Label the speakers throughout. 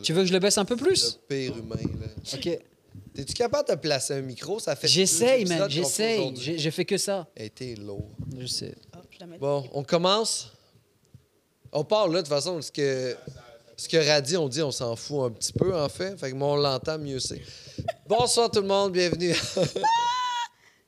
Speaker 1: Tu veux que je le baisse un peu plus?
Speaker 2: Le pire humain, là.
Speaker 1: OK.
Speaker 2: T'es-tu capable de placer un micro? Ça fait.
Speaker 1: J'essaye,
Speaker 2: deux
Speaker 1: man.
Speaker 2: épisodes qu'on fait
Speaker 1: J'essaye.
Speaker 2: aujourd'hui.
Speaker 1: J'ai j'ai fait que ça.
Speaker 2: Hey, t'es lourd.
Speaker 1: Je sais.
Speaker 3: Hop, je la mets-
Speaker 2: Bon, on commence. On part là, de toute façon, parce que ce que Radi, on dit, on s'en fout un petit peu, en fait. Fait que moi, on l'entend, mieux c'est. Bonsoir tout le monde, bienvenue.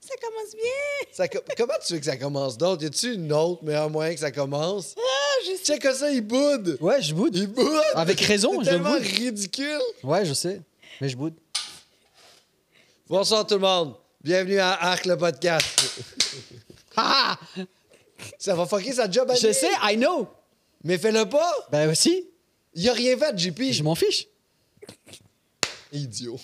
Speaker 3: Ça commence bien!
Speaker 2: Ça co- Comment tu veux que ça commence d'autre? Y a-tu une autre meilleur moyen que ça commence?
Speaker 3: Ah, je sais.
Speaker 2: Check ça, il boude!
Speaker 1: Ouais, je boude.
Speaker 2: Il boude!
Speaker 1: Avec raison,
Speaker 2: C'est
Speaker 1: Ah, je
Speaker 2: tellement
Speaker 1: boude.
Speaker 2: ridicule!
Speaker 1: Ouais, je sais. Mais je boude.
Speaker 2: Bonsoir tout le monde, bienvenue à Arc le podcast.
Speaker 1: Ah!
Speaker 2: Ça va fucker sa job à
Speaker 1: Je
Speaker 2: lui.
Speaker 1: sais, I know.
Speaker 2: Mais fais-le pas!
Speaker 1: Ben aussi,
Speaker 2: Il a rien fait, JP!
Speaker 1: je m'en fiche.
Speaker 2: Idiot.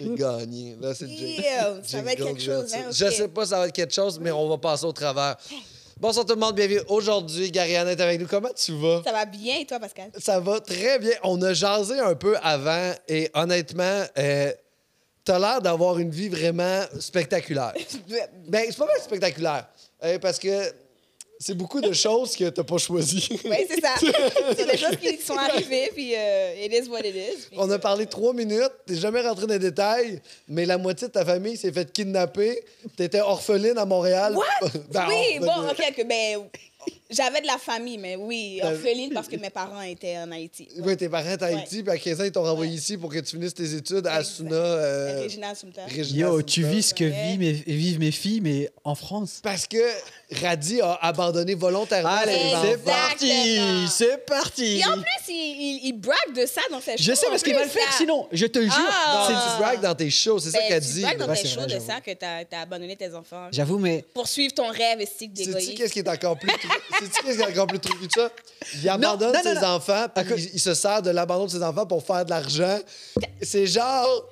Speaker 2: J'ai Gagné. Là, c'est Jake.
Speaker 3: Ew, ça
Speaker 2: Jake
Speaker 3: va être quelque chose, hein,
Speaker 2: Goldberg.
Speaker 3: ok.
Speaker 2: Je sais pas, ça va être quelque chose, mais on va passer au travers. Bonsoir tout le monde, bienvenue. Aujourd'hui, Gariana est avec nous. Comment tu vas?
Speaker 3: Ça va bien, et toi, Pascal?
Speaker 2: Ça va très bien. On a jasé un peu avant et honnêtement, euh, t'as l'air d'avoir une vie vraiment spectaculaire. Ben, c'est pas mal spectaculaire euh, parce que c'est beaucoup de choses que t'as pas choisies.
Speaker 3: Oui, c'est ça. c'est des choses qui sont arrivées, puis euh, it is what it is. puis-
Speaker 2: On a parlé trois minutes, t'es jamais rentré dans les détails, mais la moitié de ta famille s'est fait kidnapper. T'étais orpheline à Montréal.
Speaker 3: What?
Speaker 2: Ben,
Speaker 3: oui,
Speaker 2: orpheline.
Speaker 3: bon, ok, ok, ben, j'avais de la famille, mais oui,
Speaker 1: Ben,
Speaker 2: T'as-
Speaker 3: orpheline parce que mes parents étaient en Haïti.
Speaker 2: Ouais, tes parents étaient à Haïti, puis à 15 ans, ils t'ont renvoyé ici pour que tu finisses tes études à
Speaker 3: Exact.
Speaker 2: Asuna. euh,
Speaker 3: Régina Assumpta.
Speaker 2: Régina
Speaker 1: Yo, tu
Speaker 2: Assumpta.
Speaker 1: vis ce que
Speaker 3: Ouais.
Speaker 1: vivent mes, vivent mes filles, mais en France.
Speaker 2: Parce que Radi a abandonné volontairement
Speaker 1: Allez,
Speaker 2: ses
Speaker 3: Exactement.
Speaker 1: Ah, c'est
Speaker 2: enfants.
Speaker 1: parti! C'est parti!
Speaker 3: Et en plus, il, il, il brague de ça dans ses
Speaker 1: Je sais parce qu'il va le faire sinon, je te le jure.
Speaker 3: Ah.
Speaker 2: C'est
Speaker 1: C'est-
Speaker 2: du brag dans tes shows, c'est ça
Speaker 3: Ben,
Speaker 2: qu'elle
Speaker 3: tu
Speaker 2: dit.
Speaker 3: bragues dans
Speaker 1: Ouais,
Speaker 3: tes
Speaker 1: c'est
Speaker 3: shows
Speaker 1: vrai,
Speaker 3: de
Speaker 1: j'avoue.
Speaker 3: ça que t'as as abandonné tes enfants.
Speaker 1: J'avoue, mais.
Speaker 3: Poursuivre ton rêve éthique
Speaker 2: Sais-tu
Speaker 3: d'égoïsme.
Speaker 2: qu'est-ce qui est encore plus Sais-tu qu'est-ce qui est encore plus trouvé que ça? Il abandonne
Speaker 1: non, non,
Speaker 2: ses
Speaker 1: non.
Speaker 2: enfants, puis
Speaker 1: Écoute.
Speaker 2: il, il se sert de l'abandon de ses enfants pour faire de l'argent. C'est genre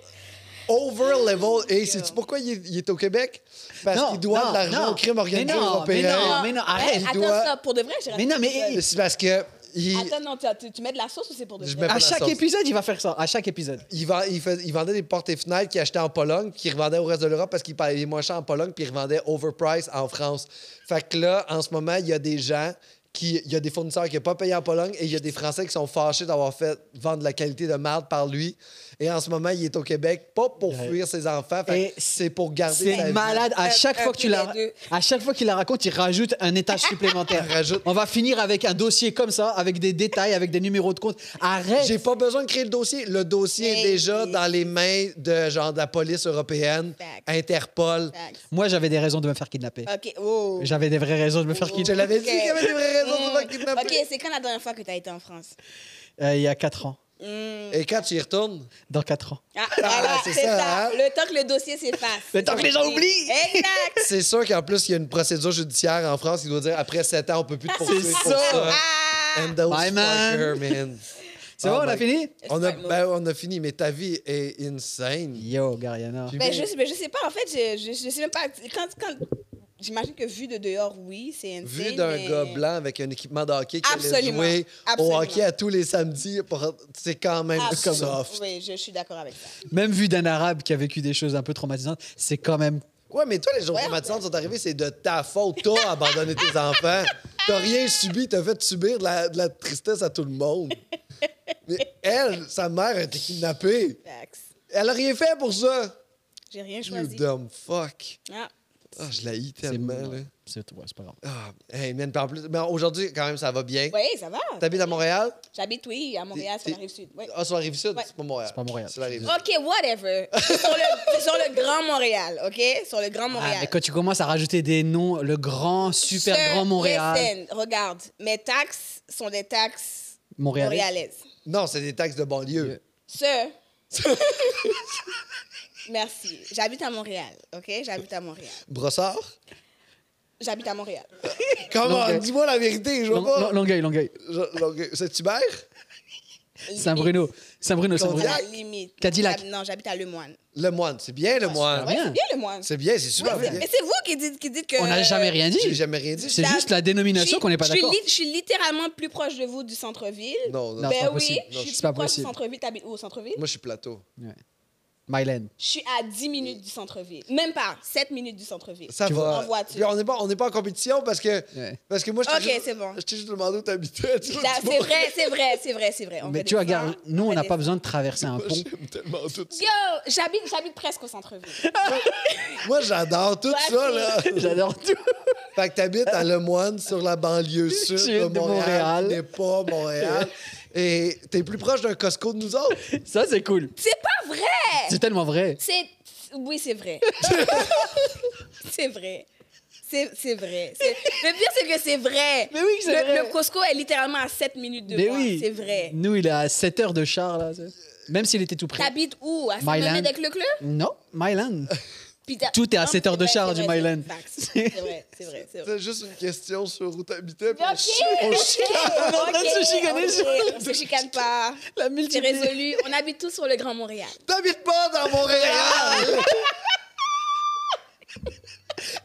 Speaker 2: over level. Et sais-tu pourquoi il est, il est au Québec? Parce
Speaker 1: Oh, Non,
Speaker 2: qu'il doit
Speaker 1: non,
Speaker 2: de l'argent
Speaker 1: non.
Speaker 2: au crime organisé
Speaker 1: Mais non, mais
Speaker 2: européen.
Speaker 1: non, mais non, arrête,
Speaker 3: attends,
Speaker 2: doit-
Speaker 3: ça, pour de vrai, j'ai
Speaker 1: Mais non, mais-
Speaker 3: raconté ça.
Speaker 2: C'est parce que il,
Speaker 3: Attends, non, tu- tu, tu mets de la sauce ou c'est pour de
Speaker 2: Je
Speaker 3: vrai?
Speaker 2: mets-
Speaker 1: À
Speaker 2: la
Speaker 1: chaque
Speaker 2: sauce.
Speaker 1: épisode, il va faire ça. À chaque épisode.
Speaker 2: il, vend- il fais- il vendait des portes et fenêtres qu'il achetait en Pologne, puis qu'il revendait au reste de l'Europe parce qu'il payait moins cher en Pologne, puis il revendait overprice en France. Fait que là, en ce moment, il y a des gens qui. Il y a des fournisseurs qui n'ont pas payé en Pologne et il y a des Français qui sont fâchés d'avoir fait vendre la qualité de marde par lui. Et en ce moment, il est au Québec, pas pour fuir ses enfants, fait
Speaker 1: Et
Speaker 2: que c'est pour garder sa
Speaker 1: C'est Euh,
Speaker 2: vie.
Speaker 1: malade. À
Speaker 3: Un-
Speaker 1: chaque
Speaker 3: un
Speaker 1: fois que tu
Speaker 3: peu
Speaker 1: la,
Speaker 3: des deux.
Speaker 1: à chaque fois qu'il la raconte, il rajoute un étage supplémentaire.
Speaker 2: Il rajoute.
Speaker 1: On va finir avec un dossier comme ça, avec des détails, avec des numéros de compte. Arrête.
Speaker 2: J'ai pas besoin de créer le dossier. Le dossier est
Speaker 3: Hey.
Speaker 2: déjà dans les mains de genre de la police européenne,
Speaker 3: Facts.
Speaker 2: Interpol.
Speaker 3: Facts.
Speaker 1: Moi, j'avais des raisons de me faire kidnapper.
Speaker 3: Ok, oh.
Speaker 1: J'avais des vraies raisons de me faire
Speaker 2: Je
Speaker 1: kidnapper.
Speaker 2: l'avais
Speaker 3: Ok.
Speaker 2: dit qu'il y avait des vraies raisons de se faire kidnapper.
Speaker 3: Mm. Ok, c'est quand la dernière fois que t'as été en France?
Speaker 1: Euh, il y a 4 ans.
Speaker 3: Hmm.
Speaker 2: Et quand tu y retournes,
Speaker 1: Dans 4 ans.
Speaker 3: Ah, voilà,
Speaker 2: c'est
Speaker 3: c'est
Speaker 2: ça,
Speaker 3: ça.
Speaker 2: hein?
Speaker 3: Le temps que le dossier s'efface.
Speaker 1: Le temps que les gens oublient.
Speaker 3: Exact.
Speaker 2: C'est sûr qu'en plus, il y a une procédure judiciaire en France qui doit dire après 7 ans, on peut plus te poursuivre. pour
Speaker 1: ça.
Speaker 3: Ah!
Speaker 2: And those
Speaker 1: Bye, man.
Speaker 2: fucker, man.
Speaker 1: C'est
Speaker 2: Oh
Speaker 1: bon, on a
Speaker 2: my-
Speaker 1: fini
Speaker 2: On a,
Speaker 3: It's my
Speaker 2: ben, on a fini, mais ta vie est insane.
Speaker 1: Yo, Gariana.
Speaker 2: J'ai-
Speaker 3: Ben, je, ben, je sais pas, en fait, je, je, je sais même pas. Quand, quand, J'imagine que vu de dehors, oui, c'est insane.
Speaker 2: Vu d'un
Speaker 3: mais-
Speaker 2: gars blanc avec un équipement de hockey qui allait
Speaker 3: Absolument.
Speaker 2: jouer au
Speaker 3: Absolument.
Speaker 2: hockey à tous les samedis, pour- c'est quand même
Speaker 3: Absolument.
Speaker 2: soft.
Speaker 3: Ah, Oui, je, suis d'accord avec ça.
Speaker 1: Même vu d'un arabe qui a vécu des choses un peu traumatisantes, c'est quand même.
Speaker 2: Ouais, mais toi, les jours
Speaker 3: Ouais.
Speaker 2: traumatisants sont arrivés, c'est de ta faute. T'as abandonné tes enfants. T'as rien subi, t'as fait subir de la, de la tristesse à tout le monde. Mais elle, sa mère, a été kidnappée.
Speaker 3: Facts.
Speaker 2: Elle a rien fait pour ça.
Speaker 3: J'ai rien
Speaker 2: You
Speaker 3: choisi.
Speaker 2: dumb fuck.
Speaker 3: Ah,
Speaker 2: Ah, je la hais
Speaker 1: C'est hein.
Speaker 2: tellement, là.
Speaker 1: c'est ouais, c'est pas grave.
Speaker 2: Ah, hey, man, par plus. Mais aujourd'hui, quand même, ça va bien.
Speaker 3: oui, ça va.
Speaker 2: T'habites à Montréal?
Speaker 3: J'habite, oui, à Montréal, sur
Speaker 2: T'es-
Speaker 3: la rive sud. Ouais.
Speaker 2: Ah, sur la rive sud,
Speaker 3: Ouais. Ah.
Speaker 2: c'est pas Montréal.
Speaker 1: C'est pas Montréal.
Speaker 2: C'est la rive
Speaker 3: OK, whatever. C'est sur, le, c'est sur le Grand Montréal, OK? Sur le Grand
Speaker 1: Ah,
Speaker 3: Montréal.
Speaker 1: mais quand tu commences à rajouter des noms, le grand, super
Speaker 3: Sir,
Speaker 1: grand Montréal.
Speaker 3: listen, regarde, mes taxes sont des taxes
Speaker 1: Montréalais.
Speaker 3: montréalaises.
Speaker 2: Non, c'est des taxes de banlieue.
Speaker 3: Sir. Merci. J'habite à Montréal, OK? J'habite à Montréal.
Speaker 2: Brossard?
Speaker 3: J'habite à Montréal.
Speaker 2: Comment?
Speaker 1: Longueuil.
Speaker 2: Dis-moi la vérité, je vois
Speaker 1: Long-
Speaker 2: pas.
Speaker 1: Long- Longueuil, Longueuil.
Speaker 2: Je- Longueuil. C'est Hubert?
Speaker 1: Saint-Bruno. Saint-Bruno,
Speaker 3: À
Speaker 1: Saint-Bruno.
Speaker 3: la
Speaker 2: Cadillac.
Speaker 3: limite.
Speaker 1: Cadillac.
Speaker 3: J'hab- Non, j'habite à Le Moine.
Speaker 2: Le moine, c'est bien le moine.
Speaker 1: Ah,
Speaker 3: Ouais,
Speaker 1: bien.
Speaker 3: c'est bien Le Moine.
Speaker 2: C'est bien, c'est
Speaker 3: Oui,
Speaker 2: super
Speaker 3: c'est-
Speaker 2: bien.
Speaker 3: mais c'est vous qui dites, qui dites que. euh,
Speaker 1: On n'a jamais rien
Speaker 2: J'ai
Speaker 1: dit.
Speaker 2: jamais rien dit.
Speaker 1: C'est
Speaker 3: La-
Speaker 1: juste la
Speaker 3: Je
Speaker 1: dénomination
Speaker 3: suis-
Speaker 1: qu'on n'est pas
Speaker 3: je suis
Speaker 1: d'accord.
Speaker 3: li- Je suis littéralement plus proche de vous du centre-ville.
Speaker 2: Non, non,
Speaker 1: Non, c'est
Speaker 3: Ben
Speaker 1: pas
Speaker 3: oui,
Speaker 1: possible.
Speaker 3: je suis
Speaker 1: C'est
Speaker 3: plus
Speaker 1: pas
Speaker 3: proche du
Speaker 1: possible.
Speaker 3: centre-ville. T'habites où au centre-ville?
Speaker 2: moi je suis plateau.
Speaker 1: Mylène.
Speaker 3: Je suis à 10 minutes du centre-ville. Même pas, 7 minutes du centre-ville.
Speaker 2: Ça
Speaker 1: Tu
Speaker 2: va.
Speaker 3: vois. En voiture.
Speaker 2: Puis on n'est pas, on n'est pas en compétition parce que,
Speaker 1: Ouais.
Speaker 2: parce que moi, je t'ai
Speaker 3: Ok,
Speaker 2: juste-
Speaker 3: c'est bon.
Speaker 2: je t'ai juste demandé où t'habitais. tu vois,
Speaker 3: Là,
Speaker 2: tu
Speaker 3: C'est
Speaker 2: vois.
Speaker 3: vrai, c'est vrai, c'est vrai, c'est vrai. On
Speaker 1: Mais
Speaker 3: fait
Speaker 1: tu
Speaker 3: des
Speaker 1: regardes,
Speaker 3: plans,
Speaker 1: nous, on
Speaker 3: fait
Speaker 1: n'a
Speaker 3: des-
Speaker 1: pas besoin de traverser un
Speaker 2: Moi,
Speaker 1: pont.
Speaker 2: j'aime tellement tout ça.
Speaker 3: Yo, j'habite, j'habite presque au centre-ville.
Speaker 2: Moi, j'adore tout
Speaker 3: Ouais,
Speaker 2: ça, là.
Speaker 1: J'adore tout.
Speaker 2: Fait que t'habites à Lemoine, sur la banlieue sud
Speaker 1: Sud
Speaker 2: de
Speaker 1: de
Speaker 2: Montréal.
Speaker 1: Montréal.
Speaker 2: T'es pas Montréal. Et t'es plus proche d'un Costco de nous autres.
Speaker 1: Ça, c'est cool.
Speaker 3: C'est pas vrai!
Speaker 1: C'est tellement vrai.
Speaker 3: C'est. Oui, c'est vrai. c'est vrai. C'est c'est vrai. C'est- Le pire, c'est que c'est vrai.
Speaker 1: Mais oui que c'est
Speaker 3: Le-
Speaker 1: vrai.
Speaker 3: Le Costco est littéralement à 7 minutes de
Speaker 1: Mais
Speaker 3: moi.
Speaker 1: oui.
Speaker 3: C'est vrai.
Speaker 1: Nous, il est à 7 heures de char, là. c'est- Même s'il était tout près.
Speaker 3: T'habites où? À 5
Speaker 1: Myland.
Speaker 3: minutes avec le club?
Speaker 1: Non, Myland.
Speaker 3: Puis t'as-
Speaker 1: Tout est à
Speaker 3: Non,
Speaker 1: 7
Speaker 3: c'est
Speaker 1: heures de
Speaker 3: vrai,
Speaker 1: char
Speaker 3: c'est
Speaker 1: du
Speaker 3: vrai,
Speaker 1: Myland.
Speaker 3: C'est vrai, c'est vrai, c'est vrai.
Speaker 2: C'est juste une question sur où t'habitais. puis
Speaker 3: Ok,
Speaker 2: on chie- on chie-
Speaker 1: On est en train de se
Speaker 3: ok,
Speaker 1: chicaner
Speaker 3: ok,
Speaker 1: sur-
Speaker 3: On se chicane pas.
Speaker 1: La
Speaker 3: C'est
Speaker 1: multiplie.
Speaker 3: résolu. On habite tous sur le Grand Montréal.
Speaker 2: T'habites pas dans
Speaker 3: Ah,
Speaker 2: Montréal!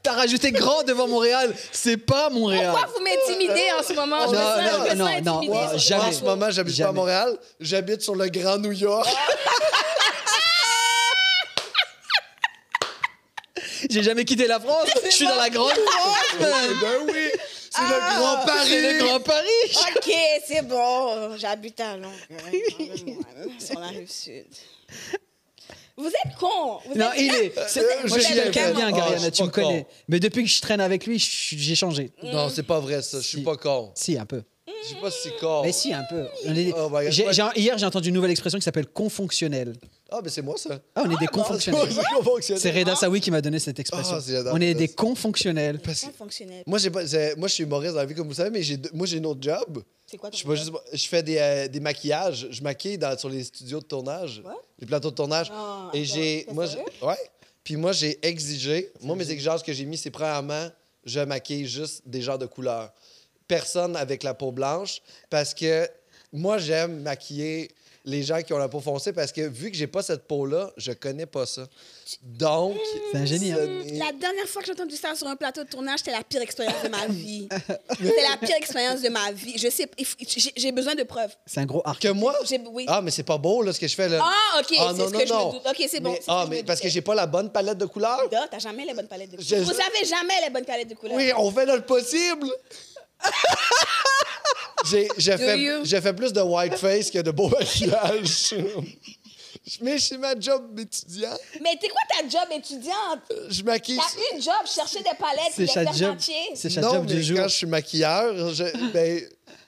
Speaker 1: T'as rajouté grand devant Montréal. C'est pas Montréal.
Speaker 3: Pourquoi vous m'intimidez en ce moment? Je me
Speaker 1: Non,
Speaker 3: sens-
Speaker 1: non,
Speaker 3: je me
Speaker 1: non,
Speaker 3: sens
Speaker 1: non,
Speaker 3: intimidée
Speaker 1: ouais,
Speaker 3: sur le
Speaker 1: jamais.
Speaker 2: En
Speaker 3: Grand
Speaker 2: ce moment, j'habite pas à
Speaker 1: Jamais.
Speaker 2: Montréal. J'habite sur le Grand New York.
Speaker 1: J'ai jamais quitté la France. Je suis dans la grande France, man.
Speaker 2: ben oui! C'est le Grand
Speaker 1: Ah, C'est le
Speaker 2: Paris!
Speaker 1: Grand Paris.
Speaker 3: OK, c'est bon. J'habite à Longueuil. On arrive sud. Vous êtes con. Vous
Speaker 1: Non,
Speaker 3: êtes-
Speaker 1: il est. c'est-
Speaker 2: Euh,
Speaker 1: Moi, je
Speaker 3: Oh, je
Speaker 1: suis
Speaker 3: suis
Speaker 1: quelqu'un de bien,
Speaker 3: vraiment-
Speaker 2: Ah, je
Speaker 1: Gariana.
Speaker 2: suis
Speaker 1: Tu me
Speaker 2: pas
Speaker 1: connais.
Speaker 2: con.
Speaker 1: Mais depuis que je traîne avec lui, je- j'ai changé.
Speaker 3: Mm.
Speaker 2: Non, c'est pas vrai, ça. Je suis
Speaker 1: Si.
Speaker 2: pas con.
Speaker 1: Si, un peu.
Speaker 2: Je suis pas si con.
Speaker 1: Mais si, un peu. On est-
Speaker 2: Oh my God.
Speaker 1: j'ai- j'ai- hier, j'ai entendu une nouvelle expression qui s'appelle confonctionnel.
Speaker 2: Ah, mais c'est moi, ça.
Speaker 1: Ah, on est des
Speaker 2: C'est
Speaker 1: confonctionnels.
Speaker 2: moi, c'est confonctionnel.
Speaker 1: C'est Reda Sawi qui m'a donné cette expression.
Speaker 2: Ah, c'est j'adore
Speaker 1: on est
Speaker 2: ça.
Speaker 1: des confonctionnels.
Speaker 2: Parce que-
Speaker 3: Comment fonctionnel?
Speaker 2: Moi, j'ai pas, c'est- moi, je suis humoriste dans la vie, comme vous savez, mais j'ai deux- moi, j'ai une autre job.
Speaker 3: C'est quoi ton
Speaker 2: Je, suis pas juste, je fais des, euh, des maquillages. Je maquille dans, sur les studios de tournage,
Speaker 3: What?
Speaker 2: les plateaux de tournage.
Speaker 3: Ah,
Speaker 2: et
Speaker 3: attends,
Speaker 2: j'ai.
Speaker 3: t'es
Speaker 2: Moi,
Speaker 3: sérieux?
Speaker 2: j'ai- ouais. Puis moi, j'ai exigé. Moi, mes exigences que j'ai mis, c'est premièrement, je maquille juste des gens de couleur. Personne avec la peau blanche. Parce que moi, j'aime maquiller les gens qui ont la peau foncée parce que vu que j'ai pas cette peau-là, je connais pas ça. Donc.
Speaker 1: C'est un génie, hein.
Speaker 2: ce n'est-
Speaker 3: La dernière fois que j'ai entendu ça sur un plateau de tournage, c'était la pire expérience de ma vie. C'était la pire expérience de ma vie. Je sais, il faut- j'ai j'ai besoin de preuves.
Speaker 1: C'est un gros arc.
Speaker 2: Que moi?
Speaker 3: J'ai- oui.
Speaker 2: Ah, mais c'est pas beau, là, ce que je fais, là.
Speaker 3: Ah,
Speaker 2: Ah,
Speaker 3: OK, c'est
Speaker 2: non,
Speaker 3: ce
Speaker 2: non,
Speaker 3: que je
Speaker 2: non.
Speaker 3: me doute. OK, c'est bon.
Speaker 2: Mais-
Speaker 3: c'est ce
Speaker 2: ah,
Speaker 3: je me
Speaker 2: mais parce que
Speaker 3: doutais.
Speaker 2: j'ai pas la bonne palette de couleurs.
Speaker 3: Non, T'as jamais les bonnes palettes de
Speaker 2: Je-
Speaker 3: couleurs. Vous avez jamais les bonnes palettes de couleurs.
Speaker 2: Oui, on fait notre possible. j'ai, j'ai fait,
Speaker 3: you?
Speaker 2: j'ai fait plus de white face que de beau maquillage. mais c'est ma job d'étudiant.
Speaker 3: Mais t'es quoi ta job étudiante?
Speaker 2: Je maquille.
Speaker 3: T'as une job, chercher des palettes,
Speaker 1: Euh, C'est
Speaker 3: puis
Speaker 1: sa
Speaker 3: des
Speaker 1: job.
Speaker 3: fermentiers.
Speaker 1: C'est sa
Speaker 2: non,
Speaker 1: job
Speaker 2: mais
Speaker 1: du jour.
Speaker 2: quand je suis maquilleur, je, ben,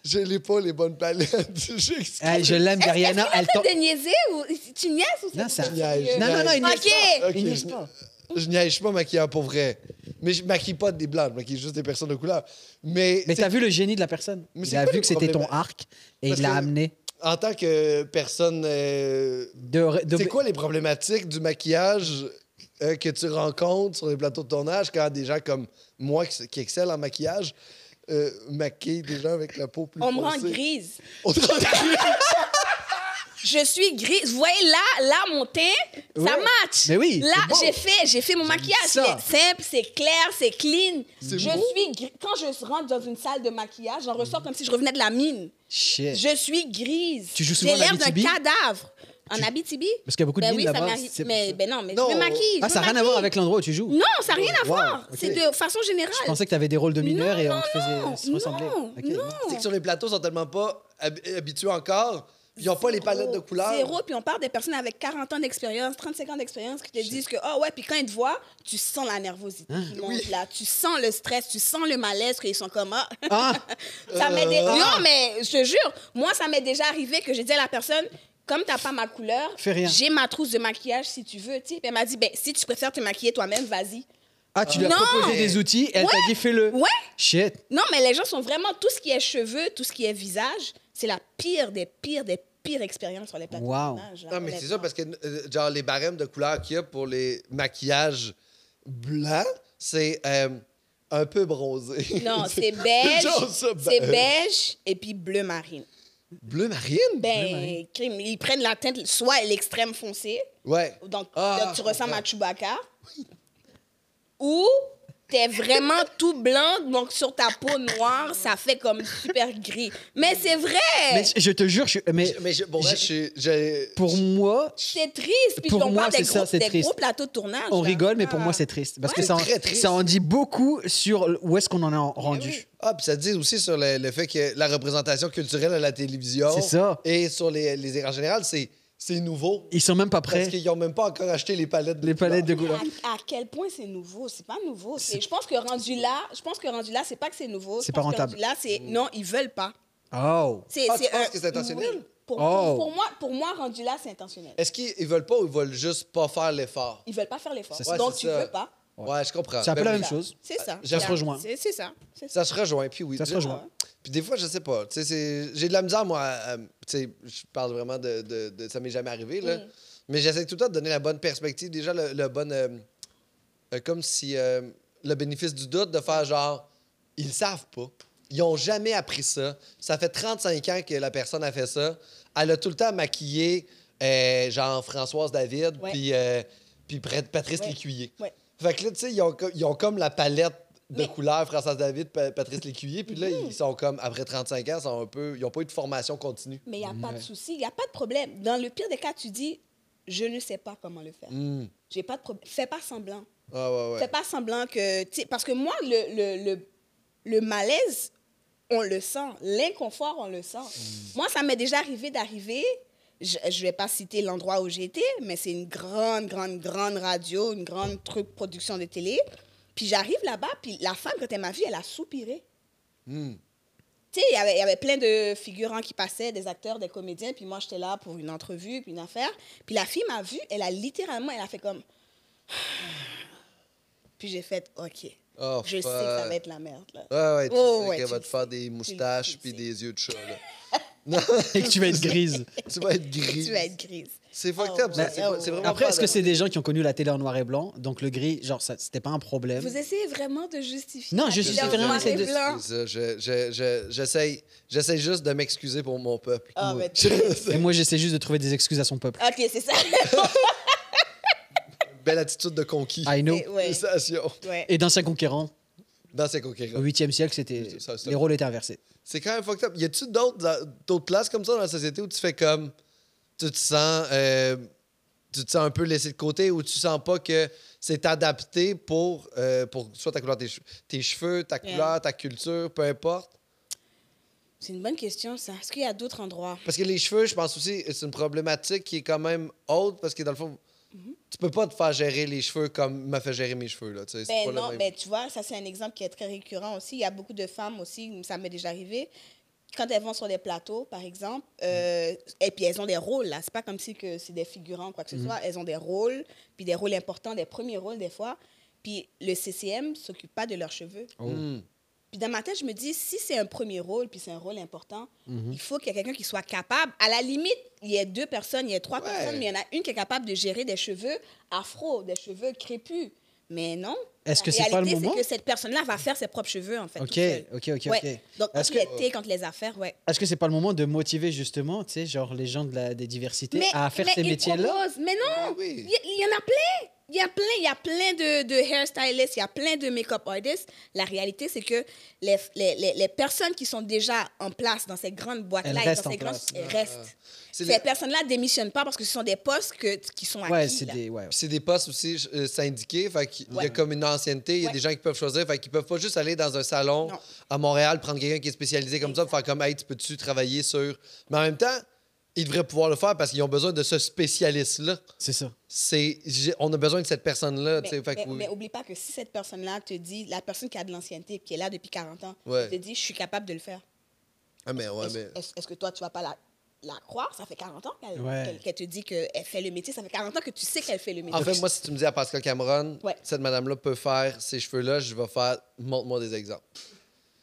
Speaker 2: je n'ai pas les bonnes palettes. J'excuse.
Speaker 1: Hey, Eh, je l'aime, Gariana.
Speaker 3: Est-ce
Speaker 1: Elle
Speaker 3: que
Speaker 1: t'en-
Speaker 3: t'as fait de niaiser ou tu niaises ou
Speaker 1: Non,
Speaker 3: c'est
Speaker 1: c'est un-
Speaker 2: Niaise,
Speaker 1: Non, non, non, il
Speaker 2: Ah,
Speaker 1: niaise
Speaker 3: Ok.
Speaker 1: pas.
Speaker 2: Ok.
Speaker 1: Il niaise pas.
Speaker 2: Je niaise pas maquilleur pour vrai. Mais je maquille pas des blancs, je maquille juste des personnes de couleur. Mais,
Speaker 1: Mais
Speaker 2: c'est-
Speaker 1: t'as vu le génie de la personne.
Speaker 2: Mais
Speaker 1: Il
Speaker 2: c'est
Speaker 1: a
Speaker 2: quoi
Speaker 1: vu
Speaker 2: le
Speaker 1: que c'était ton
Speaker 2: problème?
Speaker 1: arc et
Speaker 2: Parce
Speaker 1: il l'a
Speaker 2: que-
Speaker 1: amené.
Speaker 2: en tant que personne euh,
Speaker 1: De, de-
Speaker 2: C'est quoi les problématiques du maquillage euh, que tu rencontres sur les plateaux de tournage quand des gens comme moi qui, qui excellent en maquillage euh, maquillent des gens avec la peau plus
Speaker 3: On me rend
Speaker 2: foncée?
Speaker 3: grise.
Speaker 2: On te rend gris.
Speaker 3: Je suis grise. Vous voyez là, là, mon teint,
Speaker 1: Ouais.
Speaker 3: ça match.
Speaker 1: Mais oui,
Speaker 3: Là,
Speaker 1: c'est beau.
Speaker 3: j'ai fait, j'ai fait mon maquillage.
Speaker 1: ça.
Speaker 3: C'est simple, c'est clair, c'est clean. Je
Speaker 2: C'est
Speaker 3: suis
Speaker 2: beau.
Speaker 3: gri- Quand je rentre dans une salle de maquillage, j'en ressors comme si je revenais de la mine.
Speaker 1: Shit.
Speaker 3: Je suis grise.
Speaker 1: Tu joues souvent
Speaker 3: J'ai l'air
Speaker 1: en
Speaker 3: d'un
Speaker 1: Abitibi?
Speaker 3: cadavre. En Abitibi?
Speaker 1: Parce qu'il y a beaucoup de
Speaker 3: ben
Speaker 1: mines
Speaker 3: oui, ça
Speaker 1: là-bas,
Speaker 3: m'arrive.
Speaker 1: c'est pour
Speaker 3: Mais
Speaker 1: ça.
Speaker 3: ben non, mais
Speaker 2: Non.
Speaker 3: je me maquille.
Speaker 1: Ah,
Speaker 3: je
Speaker 1: ça
Speaker 3: me
Speaker 1: n'a rien à
Speaker 3: maquille.
Speaker 1: voir avec l'endroit où tu joues.
Speaker 3: Non, ça n'a rien à
Speaker 2: Wow,
Speaker 3: voir.
Speaker 2: ok.
Speaker 3: C'est de façon générale.
Speaker 1: Je pensais que t'avais des rôles de mineurs et on te
Speaker 3: non,
Speaker 1: faisait se ressembler.
Speaker 3: non,
Speaker 1: Ok.
Speaker 3: non.
Speaker 2: C'est que sur les plateaux, ils sont tellement pas hab- habitués encore. Ils n'ont pas les palettes de couleurs.
Speaker 3: Oh, Zéro, puis on parle des personnes avec 40 ans d'expérience, 35 ans d'expérience qui te disent que, oh ouais, puis quand ils te voient, tu sens la nervosité
Speaker 1: Hein?
Speaker 3: qui monte là, tu sens le stress, tu sens le malaise, qu'ils sont comme, ah,
Speaker 1: Ah,
Speaker 3: ça m'est dé-
Speaker 2: ah.
Speaker 3: Non, mais je te jure, moi, ça m'est déjà arrivé que j'ai dit à la personne, comme t'as pas ma couleur,
Speaker 1: Fais rien.
Speaker 3: j'ai ma trousse de maquillage si tu veux, tu sais. Puis Elle m'a dit, ben, si tu préfères te maquiller toi-même, vas-y.
Speaker 1: ah, tu lui as
Speaker 3: Non.
Speaker 1: proposé des outils et elle t'a
Speaker 3: Ouais.
Speaker 1: dit fais-le.
Speaker 3: Ouais!
Speaker 1: Shit.
Speaker 3: Non, mais les gens sont vraiment tout ce qui est cheveux, tout ce qui est visage, c'est la pire des pires des pires expériences sur les plateaux.
Speaker 1: Wow.
Speaker 3: de tournage, là,
Speaker 2: Non, mais c'est ça,
Speaker 3: honnêtement.
Speaker 2: parce que euh, genre, les barèmes de couleurs qu'il y a pour les maquillages blancs, c'est euh, un peu bronzé.
Speaker 3: Non, c'est
Speaker 2: Genre,
Speaker 3: beige,
Speaker 2: ça, ben-
Speaker 3: c'est beige et puis bleu marine.
Speaker 2: Bleu marine?
Speaker 3: Ben, crime, ils prennent la teinte soit l'extrême foncé,
Speaker 2: Ouais.
Speaker 3: donc
Speaker 2: Ah,
Speaker 3: là, tu ressembles
Speaker 2: ouais.
Speaker 3: à Chewbacca, ou t'es vraiment tout blanc, donc sur ta peau noire, ça fait comme super gris. Mais c'est
Speaker 1: Mais
Speaker 3: vrai!
Speaker 1: je- je te jure, je, mais
Speaker 2: Je- Mais je, bon, là, je suis. je-
Speaker 1: pour moi,
Speaker 3: C'est triste, puis
Speaker 1: Pour
Speaker 3: on
Speaker 1: moi,
Speaker 3: parle des,
Speaker 1: c'est ça,
Speaker 3: gros,
Speaker 1: c'est
Speaker 3: des
Speaker 1: triste.
Speaker 3: gros plateaux de tournage.
Speaker 1: on
Speaker 3: là.
Speaker 1: rigole, mais pour
Speaker 3: Ah.
Speaker 1: moi, c'est triste. Parce
Speaker 3: Ouais.
Speaker 1: que ça en,
Speaker 2: C'est très triste.
Speaker 1: ça en dit beaucoup sur où est-ce qu'on en est rendu.
Speaker 3: Eh oui.
Speaker 2: Ah, puis ça dit aussi sur le, le fait que la représentation culturelle à la télévision
Speaker 1: C'est ça.
Speaker 2: et sur les, les écrans généraux, c'est c'est nouveau.
Speaker 1: Ils sont même pas prêts.
Speaker 2: Parce qu'ils n'ont même pas encore acheté les palettes de
Speaker 1: Les palettes de couleurs.
Speaker 3: Ah, À, à quel point c'est nouveau C'est pas nouveau. c'est- Je pense que rendu là, je pense que rendu là, c'est pas que c'est nouveau. Je
Speaker 1: C'est pas
Speaker 3: pense que
Speaker 1: rentable. Mm.
Speaker 3: rendu là, c'est non, ils veulent pas.
Speaker 1: Oh.
Speaker 3: C'est,
Speaker 2: Ah, tu
Speaker 3: c'est
Speaker 2: penses que c'est intentionnel?
Speaker 3: Oui. Pour,
Speaker 1: Oh.
Speaker 3: pour, pour moi, pour moi, rendu là, c'est intentionnel.
Speaker 2: Est-ce qu'ils ils veulent pas ou ils veulent juste pas faire l'effort?
Speaker 3: Ils veulent pas faire l'effort.
Speaker 1: C'est
Speaker 2: ça. Ouais,
Speaker 3: Donc
Speaker 2: c'est
Speaker 3: tu
Speaker 2: ça.
Speaker 3: veux pas.
Speaker 2: Ouais. je comprends.
Speaker 1: C'est un peu
Speaker 2: Ben
Speaker 1: la
Speaker 2: oui.
Speaker 1: même chose.
Speaker 3: C'est ça.
Speaker 2: Ça se
Speaker 3: Regarde,
Speaker 1: rejoint.
Speaker 3: C'est, c'est ça. C'est
Speaker 2: Ça
Speaker 3: ça.
Speaker 2: se rejoint, puis oui.
Speaker 1: Ça se rejoint.
Speaker 2: Puis des fois, je sais pas. Tu sais, c'est- j'ai de la misère, moi. à- à- tu sais, je parle vraiment de, de- de- ça m'est jamais arrivé là.
Speaker 3: Mm.
Speaker 2: Mais j'essaie tout le temps de donner la bonne perspective, déjà le, le bon, euh, euh, comme si euh, le bénéfice du doute de faire genre, ils le savent pas, ils ont jamais appris ça. Ça fait 35 ans que la personne a fait ça. Elle a tout le temps maquillé euh, genre Françoise David,
Speaker 3: Ouais.
Speaker 2: puis euh, puis Pat- Patrice
Speaker 3: Ouais.
Speaker 2: Lécuyer.
Speaker 3: Ouais.
Speaker 2: Fait que là, tu sais, ils ont, co- ils ont comme la palette de
Speaker 3: Mais- Mhm.
Speaker 2: couleurs, Françoise David, Pa- Patrice Lécuyer. Puis là, ils sont comme, après 35 ans, ils sont un peu, ils ont pas eu de formation continue.
Speaker 3: Mais il n'y a pas de souci, il n'y a pas de problème. Dans le pire des cas, tu dis, je ne sais pas comment le faire.
Speaker 2: Hmm.
Speaker 3: J'ai pas de problème. Fais pas semblant.
Speaker 2: Ah ouais,
Speaker 3: Fais
Speaker 2: ouais.
Speaker 3: pas semblant que. tu sais, Parce que moi, le, le, le, le malaise, on le sent. L'inconfort, on le sent. Moi, ça m'est déjà arrivé d'arriver. Je ne vais pas citer l'endroit où j'étais, mais c'est une grande, grande, grande radio, une grande truc production de télé. Puis j'arrive là-bas, puis la femme, quand elle m'a vue, elle a soupiré.
Speaker 2: Hmm.
Speaker 3: Tu sais, il y avait- il y avait plein de figurants qui passaient, des acteurs, des comédiens, puis moi, j'étais là pour une entrevue, puis une affaire. Puis la fille m'a vue, elle a littéralement, elle a fait comme... Puis j'ai fait, OK,
Speaker 2: Oh,
Speaker 3: je sais que
Speaker 2: fuck.
Speaker 3: ça va être la merde, là.
Speaker 2: Ouais, ouais, tu
Speaker 3: Oh,
Speaker 2: sais
Speaker 3: ouais,
Speaker 2: qu'elle
Speaker 3: tu
Speaker 2: va
Speaker 3: le
Speaker 2: te
Speaker 3: sais.
Speaker 2: faire des moustaches
Speaker 3: tu le
Speaker 2: puis
Speaker 3: sais.
Speaker 2: des yeux de chat, là.
Speaker 1: Et que tu vas être grise.
Speaker 2: tu vas être gris.
Speaker 3: Tu vas être grise.
Speaker 2: C'est fucked
Speaker 3: Oh,
Speaker 2: up, ça.
Speaker 3: ouais,
Speaker 2: C'est pas-
Speaker 3: oh,
Speaker 2: c'est
Speaker 3: ouais.
Speaker 2: vraiment
Speaker 1: Après,
Speaker 2: pas
Speaker 1: est-ce que c'est des gens qui ont connu la télé en noir et blanc Donc le gris, genre, ça, c'était pas un problème.
Speaker 3: Vous essayez vraiment de justifier.
Speaker 1: Non,
Speaker 3: la
Speaker 1: je
Speaker 3: couleur
Speaker 1: justifie rien,
Speaker 3: noir
Speaker 1: c'est
Speaker 3: et
Speaker 1: de-
Speaker 3: blanc.
Speaker 2: C'est ça, je- je- je- J'essaye j'essaye juste de m'excuser pour mon peuple.
Speaker 3: Ah,
Speaker 2: Ouais.
Speaker 3: mais tu-
Speaker 1: Et moi, j'essaie juste de trouver des excuses à son peuple.
Speaker 3: OK, c'est ça.
Speaker 2: Belle attitude de conquis.
Speaker 1: I know.
Speaker 3: Ah, C'est- ouais.
Speaker 2: Félicitations.
Speaker 3: Ouais.
Speaker 1: Et d'anciens conquérants,
Speaker 2: Dans ces conquérants.
Speaker 1: au 8e siècle, c'était
Speaker 2: Ça, ça-
Speaker 1: les rôles étaient inversés.
Speaker 2: C'est quand même fucked up. Y a-tu d'autres d'autres places comme ça dans la société où tu fais comme. Tu te sens. euh, tu te sens un peu laissé de côté ou tu sens pas que c'est adapté pour, euh, pour soit ta couleur, tes, che- tes cheveux, ta
Speaker 3: Yeah.
Speaker 2: couleur, ta culture, peu importe.
Speaker 3: C'est une bonne question, ça. Est-ce qu'il y a d'autres endroits?
Speaker 2: Parce que les cheveux, je pense aussi, c'est une problématique qui est quand même haute parce que dans le fond,
Speaker 3: Mhm.
Speaker 2: tu peux pas te faire gérer les cheveux comme m'a fait gérer mes cheveux. Là, tu sais, c'est
Speaker 3: Ben
Speaker 2: pas le
Speaker 3: non,
Speaker 2: même.
Speaker 3: ben tu vois, ça c'est un exemple qui est très récurrent aussi. Il y a beaucoup de femmes aussi, ça m'est déjà arrivé. Quand elles vont sur des plateaux, par exemple, euh, et puis elles ont des rôles là. C'est pas comme si que c'est des figurants ou quoi que
Speaker 2: Mhm.
Speaker 3: ce soit. Elles ont des rôles, puis des rôles importants, des premiers rôles des fois. Puis le CCM s'occupe pas de leurs cheveux.
Speaker 2: Hmm.
Speaker 3: Puis dans ma tête, je me dis, si c'est un premier rôle, puis c'est un rôle important,
Speaker 2: Mhm.
Speaker 3: il faut qu'il y ait quelqu'un qui soit capable. À la limite, il y a deux personnes, il y a trois
Speaker 2: Ouais.
Speaker 3: personnes, mais il y en a une qui est capable de gérer des cheveux afro, des cheveux crépus. Mais non.
Speaker 1: Est-ce
Speaker 3: La
Speaker 1: que c'est pas le
Speaker 3: réalité,
Speaker 1: moment?
Speaker 3: C'est que cette personne-là va faire ses propres cheveux, en fait.
Speaker 1: Ok,
Speaker 3: toute seule.
Speaker 1: ok, ok,
Speaker 3: Ouais.
Speaker 1: ok.
Speaker 3: Donc,
Speaker 1: Est-ce
Speaker 3: contre les thés, contre les affaires, ouais.
Speaker 1: Est-ce que c'est pas le moment de motiver justement, tu sais, genre les gens de la, des diversités
Speaker 3: mais,
Speaker 1: à faire
Speaker 3: mais
Speaker 1: ces
Speaker 3: ils
Speaker 1: métiers-là
Speaker 3: proposent. Mais non,
Speaker 2: Ah
Speaker 3: il
Speaker 2: oui.
Speaker 3: y, il y en a plein. Il y a plein, il y a plein de, de hairstylists, il y a plein de make-up artists. La réalité, c'est que les, les, les, les personnes qui sont déjà en place dans ces grandes
Speaker 1: Elles
Speaker 3: boîtes-là, et
Speaker 1: restent
Speaker 3: dans
Speaker 1: en
Speaker 3: ces grandes,
Speaker 1: place.
Speaker 3: elles restent.
Speaker 2: Ah, C'est
Speaker 3: Ces
Speaker 2: les-
Speaker 3: personnes-là démissionnent pas parce que ce sont des postes que, qui sont acquis.
Speaker 1: Ouais, c'est
Speaker 3: là.
Speaker 1: des. Ouais.
Speaker 2: Puis c'est des postes aussi euh, syndiqués, fait qu'il y a
Speaker 3: Ouais.
Speaker 2: comme une ancienneté, il y a
Speaker 3: Ouais.
Speaker 2: des gens qui peuvent choisir, fait qu'ils peuvent pas juste aller dans un salon
Speaker 3: Non.
Speaker 2: à Montréal, prendre quelqu'un qui est spécialisé comme ça, faire comme Hey, tu peux-tu travailler sur. Mais en même temps, ils devraient pouvoir le faire parce qu'ils ont besoin de ce spécialiste-là.
Speaker 1: C'est ça.
Speaker 2: C'est... j'ai- On a besoin de cette personne-là. tu
Speaker 3: Mais,
Speaker 2: sais, fait que
Speaker 3: mais-
Speaker 2: oui.
Speaker 3: mais oublie pas que si cette personne-là te dit, la personne qui a de l'ancienneté, qui est là depuis 40 ans,
Speaker 2: Ouais.
Speaker 3: te dit, je suis capable de le faire.
Speaker 2: Ah, mais ouais,
Speaker 3: Est-ce
Speaker 2: mais.
Speaker 3: est-ce- est-ce que toi, tu vas pas la, la croire? Ça fait 40 ans qu'elle
Speaker 1: Ouais.
Speaker 3: qu'elle- qu'elle te dit qu'elle fait le métier. Ça fait 40 ans que tu sais qu'elle fait le métier.
Speaker 2: En fait, moi, si tu me dis à Pascal Cameron,
Speaker 3: Ouais.
Speaker 2: cette madame-là peut faire ces cheveux-là, je vais faire montre-moi des exemples.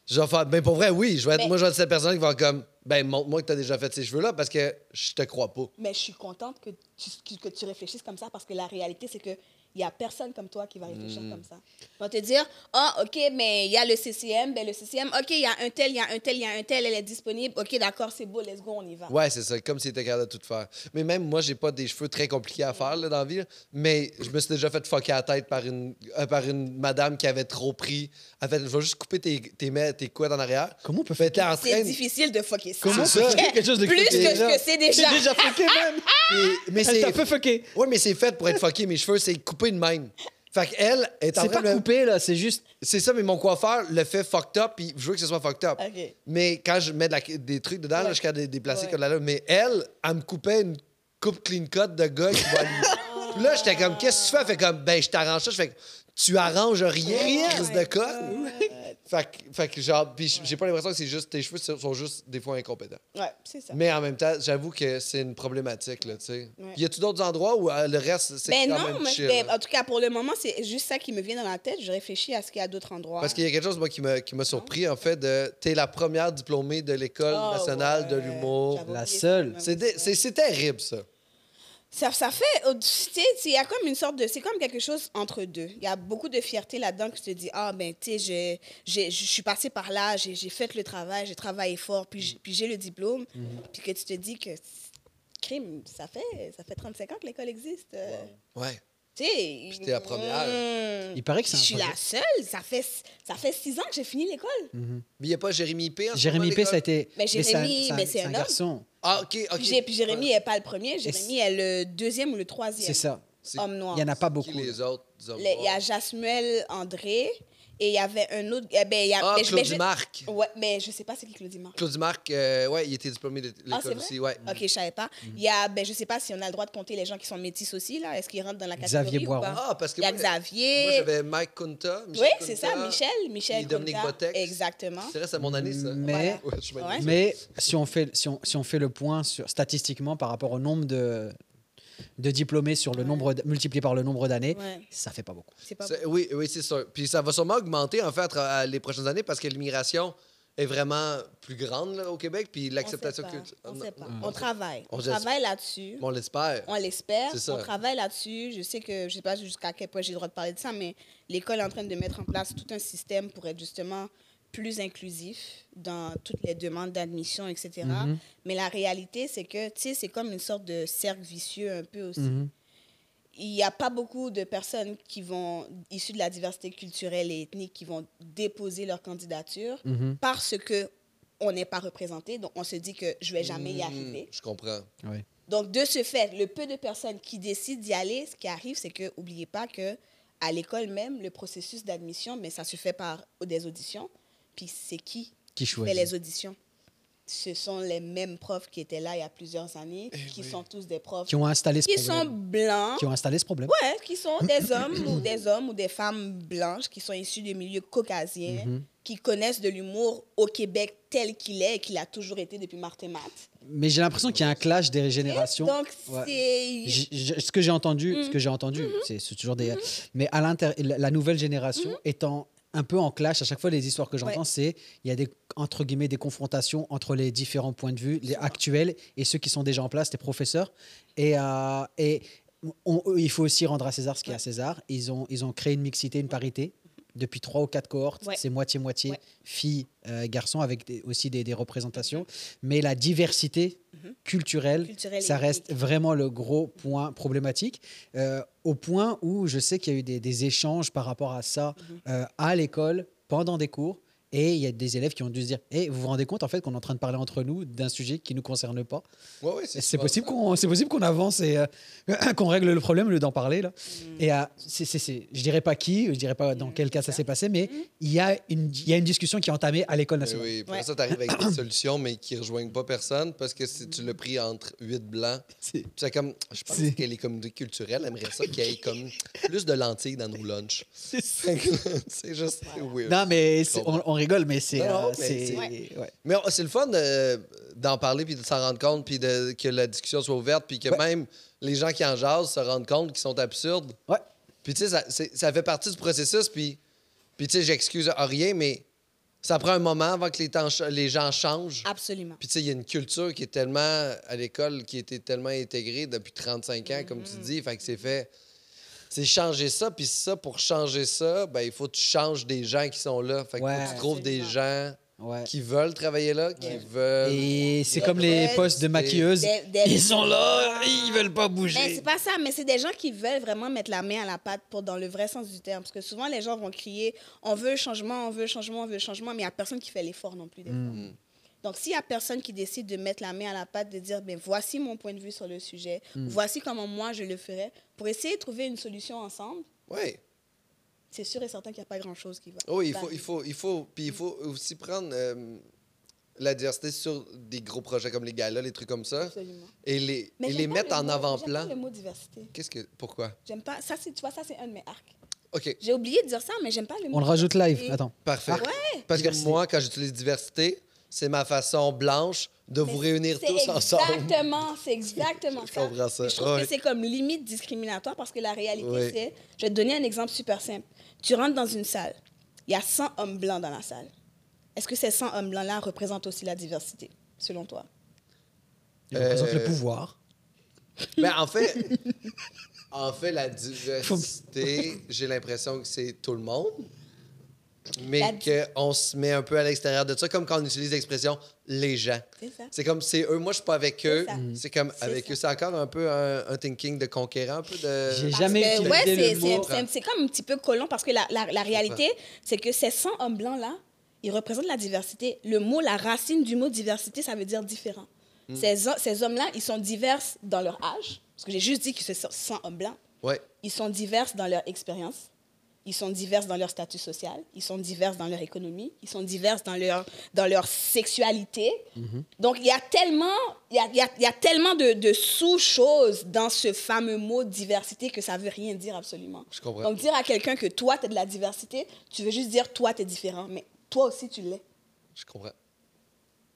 Speaker 2: Je vais faire. Ben pour vrai, oui, je vais être.
Speaker 3: Mais-
Speaker 2: Moi, je vais être cette personne qui va comme Ben montre-moi que t'as déjà fait ces cheveux-là parce que je te crois pas.
Speaker 3: Mais je suis contente que tu, que tu réfléchisses comme ça parce que la réalité, c'est que Il n'y a personne comme toi qui va réfléchir
Speaker 2: Mm.
Speaker 3: comme ça. Ils vont te dire, ah, OK, mais il y a le CCM, ben le CCM, OK, il y a un tel, il y a un tel, il y a un tel, elle est disponible. OK, d'accord, c'est beau, let's go, on y va.
Speaker 2: Ouais, c'est ça, comme si t'étais capable de tout faire. Mais même moi, j'ai pas des cheveux très compliqués à faire là, dans la vie, là, mais je me suis déjà fait fucker la tête par une, euh, par une madame qui avait trop pris. En fait, je vais juste couper tes, tes, mets- tes couettes en arrière.
Speaker 1: Comment on peut
Speaker 2: Mais t'es en
Speaker 3: C'est
Speaker 2: train de-
Speaker 3: difficile de fucker ça.
Speaker 1: Comment
Speaker 2: C'est ça.
Speaker 1: on peut faire quelque chose de
Speaker 3: Plus que
Speaker 1: fucké? Ah,
Speaker 3: ce que c'est déjà.
Speaker 1: C'est déjà fucké, man.
Speaker 2: Et- Mais
Speaker 1: Elle
Speaker 2: c'est.
Speaker 1: t'a fait fucké.
Speaker 2: Ouais, mais c'est fait pour être fucké. Mes cheveux, c'est coupé de même. Fait qu'elle est en
Speaker 1: C'est
Speaker 2: train
Speaker 1: pas
Speaker 2: de me-
Speaker 1: coupé, là, c'est juste.
Speaker 2: C'est ça, mais mon coiffeur le fait fucked up, puis je veux que ce soit fucked up.
Speaker 3: OK.
Speaker 2: Mais quand je mets de la- des trucs dedans, là,
Speaker 3: Ouais.
Speaker 2: je suis capable de les déplacer
Speaker 3: Ouais.
Speaker 2: comme de la lame. Mais elle, elle me coupait une coupe clean cut de gars qui va lui- Puis là, j'étais comme, qu'est-ce que tu fais? Elle fait comme, ben, je t'arrange ça. Je fais, tu arranges rien,
Speaker 3: Rien.
Speaker 2: crise de colle. Fait que, fait que genre, puis j'ai pas l'impression que c'est juste, tes cheveux sont juste des fois incompétents.
Speaker 3: Ouais, c'est ça.
Speaker 2: Mais en même temps, j'avoue que c'est une problématique, là, tu sais.
Speaker 3: Ouais.
Speaker 2: Y a-tu d'autres endroits où euh, le reste, c'est
Speaker 3: Ben
Speaker 2: quand
Speaker 3: non,
Speaker 2: même
Speaker 3: mais
Speaker 2: chill?
Speaker 3: ben,
Speaker 2: là?
Speaker 3: en tout cas, pour le moment, c'est juste ça qui me vient dans la tête. Je réfléchis à ce qu'il y a d'autres endroits.
Speaker 2: Parce qu'il y a quelque chose, moi, qui m'a, qui m'a surpris, en fait, de... T'es la première diplômée de l'École
Speaker 3: Ah,
Speaker 2: nationale de
Speaker 3: ouais.
Speaker 2: l'humour.
Speaker 3: J'avais
Speaker 1: La
Speaker 3: oublié
Speaker 1: seule.
Speaker 3: ça.
Speaker 2: C'est, dé- c'est, c'est terrible, ça.
Speaker 3: Ça, ça fait, euh, tu sais, il y a comme une sorte de, c'est comme quelque chose entre deux. Il y a beaucoup de fierté là-dedans que tu te dis, ah ben, tu sais, j'ai- j'ai- je suis passée par là, j'ai j'ai fait le travail, j'ai travaillé fort, puis
Speaker 2: Mm.
Speaker 3: j'ai- puis j'ai le diplôme,
Speaker 2: Mm-hmm.
Speaker 3: puis que tu te dis que crime, ça fait, ça fait 35 ans que l'école existe. euh,
Speaker 2: Ouais.
Speaker 3: Tu sais,
Speaker 2: t'es la première.
Speaker 3: Mm.
Speaker 1: Il paraît que c'est un
Speaker 3: Je suis la
Speaker 1: projet. Mhm.
Speaker 3: seule. Ça fait, ça fait six ans que j'ai fini l'école.
Speaker 2: Mais y a pas Jérémy P. en ce
Speaker 1: Jérémy
Speaker 2: moment,
Speaker 1: P,
Speaker 2: l'école?
Speaker 1: ça a été.
Speaker 3: Mais
Speaker 1: c'est un-
Speaker 3: Jérémy,
Speaker 1: c'est un-
Speaker 3: mais c'est
Speaker 1: c'est
Speaker 3: un
Speaker 1: un
Speaker 3: homme.
Speaker 1: garçon.
Speaker 2: Ah, OK, OK.
Speaker 3: Puis j'ai- Puis Jérémy
Speaker 2: Ouais.
Speaker 3: n'est pas le premier. Jérémy est le deuxième ou le troisième.
Speaker 1: C'est ça.
Speaker 2: C'est-
Speaker 3: Homme noir.
Speaker 1: Il n'y en a pas beaucoup.
Speaker 2: Qui les autres? disons,
Speaker 3: Le- Il y a
Speaker 2: voir?
Speaker 3: Jasmuel André et il y avait un autre. eh ben, il y a,
Speaker 2: Ah,
Speaker 3: mais je- mais
Speaker 2: Claudie
Speaker 3: je-
Speaker 2: Marc.
Speaker 3: Ouais, mais je sais pas c'est qui Claudie Marc.
Speaker 2: Claudie Marc, euh, ouais, il était diplômé de l'école
Speaker 3: Ah, c'est vrai?
Speaker 2: aussi, ouais.
Speaker 3: Ok, je savais pas.
Speaker 1: Mhm.
Speaker 3: Il y a, ben, je sais pas si on a le droit de compter les gens qui sont métis aussi, là. Est-ce qu'ils rentrent dans la catégorie
Speaker 1: Xavier
Speaker 3: ou
Speaker 1: Boiron.
Speaker 3: pas?
Speaker 2: Ah, parce que
Speaker 3: Il y a
Speaker 2: moi,
Speaker 3: Xavier.
Speaker 2: moi, j'avais Mike Kunta. Michel
Speaker 3: oui, c'est ça,
Speaker 2: Kunta.
Speaker 3: Michel. Michel
Speaker 2: et Dominique
Speaker 3: Conca.
Speaker 2: Botex.
Speaker 3: Exactement.
Speaker 2: C'est vrai, c'est mon année, ça.
Speaker 1: Mais-
Speaker 2: Ouais, je suis
Speaker 3: Ouais.
Speaker 2: magnifique.
Speaker 1: Mais si on fait, si on, si on fait le point sur, statistiquement par rapport au nombre de, de diplômés sur le
Speaker 3: Ouais.
Speaker 1: nombre d- multiplié par le nombre d'années,
Speaker 3: Ouais.
Speaker 1: ça fait pas beaucoup.
Speaker 3: C'est pas
Speaker 2: C'est- Oui, oui, c'est sûr. Puis ça va sûrement augmenter, en fait, à tra- à les prochaines années parce que l'immigration est vraiment plus grande là, au Québec, puis l'acceptation
Speaker 3: on sait pas.
Speaker 2: culturelle.
Speaker 3: On sait pas.
Speaker 2: Mm.
Speaker 3: On travaille.
Speaker 2: On
Speaker 3: On,
Speaker 2: geste-
Speaker 3: travaille là-dessus.
Speaker 2: On l'espère.
Speaker 3: On l'espère.
Speaker 2: C'est ça.
Speaker 3: On travaille là-dessus. Je sais que, je sais pas jusqu'à quel point j'ai le droit de parler de ça, mais l'école est en train de mettre en place tout un système pour être justement plus inclusif dans toutes les demandes d'admission, etc.
Speaker 2: Mm-hmm.
Speaker 1: Mhm.
Speaker 3: Mais la réalité, c'est que, tu sais, c'est comme une sorte de cercle vicieux un peu
Speaker 2: Mm-hmm.
Speaker 3: aussi.
Speaker 1: Mhm.
Speaker 3: Il n'y a pas beaucoup de personnes qui vont, issues de la diversité culturelle et ethnique, qui vont déposer leur candidature
Speaker 1: Mhm.
Speaker 3: parce que on n'est pas représenté, donc on se dit que je vais jamais y
Speaker 2: Hmm,
Speaker 3: arriver.
Speaker 2: Je comprends.
Speaker 1: Ouais.
Speaker 3: Donc de ce fait, le peu de personnes qui décident d'y aller, ce qui arrive, c'est que oubliez pas que à l'école même, le processus d'admission, mais ça se fait par des auditions. Puis c'est qui
Speaker 1: Qui
Speaker 3: qui fait
Speaker 1: choisit
Speaker 3: les auditions Ce sont les mêmes profs qui étaient là il y a plusieurs années, qui
Speaker 2: oui.
Speaker 3: sont tous des
Speaker 1: Eh
Speaker 3: profs
Speaker 1: Qui ont installé ce
Speaker 3: qui sont
Speaker 1: problème.
Speaker 3: blancs.
Speaker 1: Qui ont installé ce problème.
Speaker 3: Ouais, qui sont des hommes ou des hommes ou des femmes blanches qui sont issus de milieux caucasiens,
Speaker 1: Mhm.
Speaker 3: qui connaissent de l'humour au Québec tel qu'il est et qu'il a toujours été depuis Martin Matt.
Speaker 1: Mais j'ai l'impression qu'il y a un clash des générations.
Speaker 3: Donc
Speaker 1: Ouais.
Speaker 3: c'est
Speaker 1: J- j- ce que j'ai entendu,
Speaker 3: Mm.
Speaker 1: ce que j'ai entendu,
Speaker 3: Mm-hmm.
Speaker 1: c'est- c'est toujours des. Mais à l'intérieur, la la nouvelle génération
Speaker 3: Mm-hmm.
Speaker 1: étant un peu en clash à chaque fois, les histoires que j'entends, c'est il y a des entre guillemets des confrontations entre les différents points de vue, les actuels et ceux qui sont déjà en place, les professeurs. Et, euh, et on- eux, il faut aussi rendre à César ce qui est à César. Ils ont ils ont créé une mixité, une parité. Depuis trois ou quatre cohortes,
Speaker 3: Ouais.
Speaker 1: c'est moitié-moitié
Speaker 3: Ouais.
Speaker 1: filles, euh, garçons, avec des- aussi des, des représentations. Mais la diversité culturelle,
Speaker 3: Culturelle et
Speaker 1: ça reste
Speaker 3: ethnique.
Speaker 1: vraiment le gros point problématique, euh, au point où je sais qu'il y a eu des, des échanges par rapport à ça
Speaker 3: Mhm.
Speaker 1: euh, à l'école, pendant des cours, et il y a des élèves qui ont dû se dire Eh, Vous vous rendez compte en fait qu'on est en train de parler entre nous d'un sujet qui ne nous concerne pas
Speaker 2: Ouais, ouais,
Speaker 1: C'est
Speaker 2: souvent
Speaker 1: possible
Speaker 2: ça.
Speaker 1: qu'on c'est possible qu'on avance et euh, qu'on règle le problème au lieu d'en parler. Là. Et euh, c'est- c'est- c'est- je dirais pas qui, je dirais pas dans
Speaker 3: Mhm,
Speaker 1: quel cas
Speaker 3: c'est
Speaker 1: ça
Speaker 3: ça.
Speaker 1: s'est passé, mais il y, a une- il y a une discussion qui est entamée à l'école
Speaker 2: Mais
Speaker 1: nationale.
Speaker 2: Eh oui, pour
Speaker 3: Ouais.
Speaker 2: ça, t'arrives avec des solutions, mais qui rejoignent pas personne parce que si tu l'as pris entre huit blancs,
Speaker 1: C'est-
Speaker 2: puis c'est comme, je pense
Speaker 1: C'est-
Speaker 2: que les communautés culturelles aimeraient ça qu'il y ait comme plus de lentilles dans nos lunchs. c'est juste weird.
Speaker 1: Non, mais c'est-
Speaker 2: comprends.
Speaker 1: on, on rigole, mais c'est.
Speaker 2: Non, non,
Speaker 1: euh,
Speaker 2: mais
Speaker 1: c'est-
Speaker 2: c'est-
Speaker 1: ouais.
Speaker 2: Mais on- c'est le fun euh, d'en parler puis de s'en rendre compte puis de, que la discussion soit ouverte puis que
Speaker 1: Ouais.
Speaker 2: même les gens qui en jasent se rendent compte qu'ils sont absurdes.
Speaker 1: Ouais.
Speaker 2: Puis tu sais, ça, c'est- ça fait partie du processus puis, puis tu sais, j'excuse à rien, mais ça prend un moment avant que les, temps ch- les gens changent.
Speaker 3: absolument.
Speaker 2: Puis tu sais, il y a une culture qui est tellement
Speaker 1: Mm-hmm.
Speaker 2: à l'école, qui était tellement intégrée depuis 35 ans, comme tu dis, fait que c'est fait. c'est changer ça, puis ça, pour changer ça, ben, il faut que tu changes des gens qui sont là. Fait que
Speaker 1: Ouais.
Speaker 2: faut que tu trouves des gens
Speaker 1: Ouais.
Speaker 2: qui veulent travailler là, qui veulent.
Speaker 1: Et c'est
Speaker 2: Ouais.
Speaker 1: comme les postes de maquilleuses.
Speaker 3: Des- des-
Speaker 1: Ils sont là, ils veulent pas
Speaker 3: Mais
Speaker 1: bouger.
Speaker 3: Ben, c'est pas ça, mais c'est des gens qui veulent vraiment mettre la main à la pâte pour dans le vrai sens du terme. Parce que souvent, les gens vont crier on veut le changement, on veut le changement, on veut le changement, mais il n'y a personne qui fait l'effort non plus. des fois.
Speaker 2: Hmm.
Speaker 3: Donc, s'il n'y a personne qui décide de mettre la main à la pâte, de dire ben, voici mon point de vue sur le sujet,
Speaker 2: Hmm.
Speaker 3: voici comment moi je le ferais, pour essayer de trouver une solution ensemble,
Speaker 2: Oui.
Speaker 3: c'est sûr et certain qu'il n'y a pas grand-chose qui va.
Speaker 2: Oh Oui, il
Speaker 3: va
Speaker 2: faut, il
Speaker 3: arriver.
Speaker 2: faut, il faut, puis il faut aussi prendre euh, la diversité sur des gros projets comme les galas, les trucs comme ça,
Speaker 3: Absolument.
Speaker 2: et les,
Speaker 3: Mais
Speaker 2: et
Speaker 3: j'aime
Speaker 2: les
Speaker 3: pas
Speaker 2: mettre
Speaker 3: le
Speaker 2: en
Speaker 3: mot-
Speaker 2: avant-plan.
Speaker 3: J'aime pas le mot diversité.
Speaker 2: Qu'est-ce que, pourquoi
Speaker 3: J'aime pas. Ça, c'est- tu vois, ça, c'est un de mes arcs.
Speaker 2: Ok,
Speaker 3: J'ai oublié de dire ça, mais j'aime pas le mot.
Speaker 1: On le rajoute live.
Speaker 3: diversité.
Speaker 1: Attends.
Speaker 2: parfait.
Speaker 1: Arc.
Speaker 2: Parce que
Speaker 1: Diversité.
Speaker 2: moi, quand j'utilise diversité, c'est ma façon blanche de vous
Speaker 3: Mais
Speaker 2: réunir
Speaker 3: c'est
Speaker 2: tous ensemble.
Speaker 3: Exactement, c'est exactement
Speaker 2: Je
Speaker 3: ça.
Speaker 2: comprends ça.
Speaker 3: Puis Je trouve
Speaker 2: Ouais.
Speaker 3: que c'est comme limite discriminatoire parce que la réalité,
Speaker 2: Ouais.
Speaker 3: c'est. Je vais te donner un exemple super simple. Tu rentres dans une salle, il y a 100 hommes blancs dans la salle. Est-ce que ces 100 hommes blancs-là représentent aussi la diversité, selon toi?
Speaker 1: Ils représentent le
Speaker 2: Euh,
Speaker 1: pouvoir.
Speaker 2: Mais Ben, en fait, en fait, la diversité, j'ai l'impression que c'est tout le monde.
Speaker 3: La
Speaker 2: Mais
Speaker 3: di-
Speaker 2: qu'on se met un peu à l'extérieur de ça, comme quand on utilise l'expression les gens.
Speaker 3: C'est ça.
Speaker 2: C'est comme c'est eux, moi je suis pas avec eux.
Speaker 3: ça. Mhm.
Speaker 2: C'est comme
Speaker 3: C'est
Speaker 2: avec
Speaker 3: ça.
Speaker 2: eux. C'est encore un peu un, un thinking de conquérant, un peu de.
Speaker 1: J'ai
Speaker 3: Parce
Speaker 1: jamais
Speaker 3: que,
Speaker 1: utilisé
Speaker 3: ouais, c'est-
Speaker 1: le
Speaker 3: c'est-
Speaker 1: mot.
Speaker 3: c'est- C'est comme un petit peu collant parce que la, la- la réalité, c'est que ces 100 hommes blancs-là, ils représentent la diversité. Le mot, la racine du mot diversité, ça veut dire différent.
Speaker 1: Mm.
Speaker 3: Ces, ho- ces hommes-là, ils sont divers dans leur âge, parce que j'ai juste dit que ce sont 100 hommes blancs.
Speaker 2: Ouais.
Speaker 3: Ils sont divers dans leur expérience. Ils sont divers dans leur statut social. Ils sont divers dans leur économie. Ils sont divers dans leur, dans leur sexualité.
Speaker 2: Mm-hmm.
Speaker 3: Donc, il y a tellement, il y a, il y a- il y a tellement de, de sous-choses dans ce fameux mot diversité que ça veut rien dire absolument.
Speaker 2: Je comprends.
Speaker 3: Donc, dire à quelqu'un que toi, tu es de la diversité, tu veux juste dire toi, tu es différent. Mais toi aussi, tu l'es.
Speaker 2: Je comprends.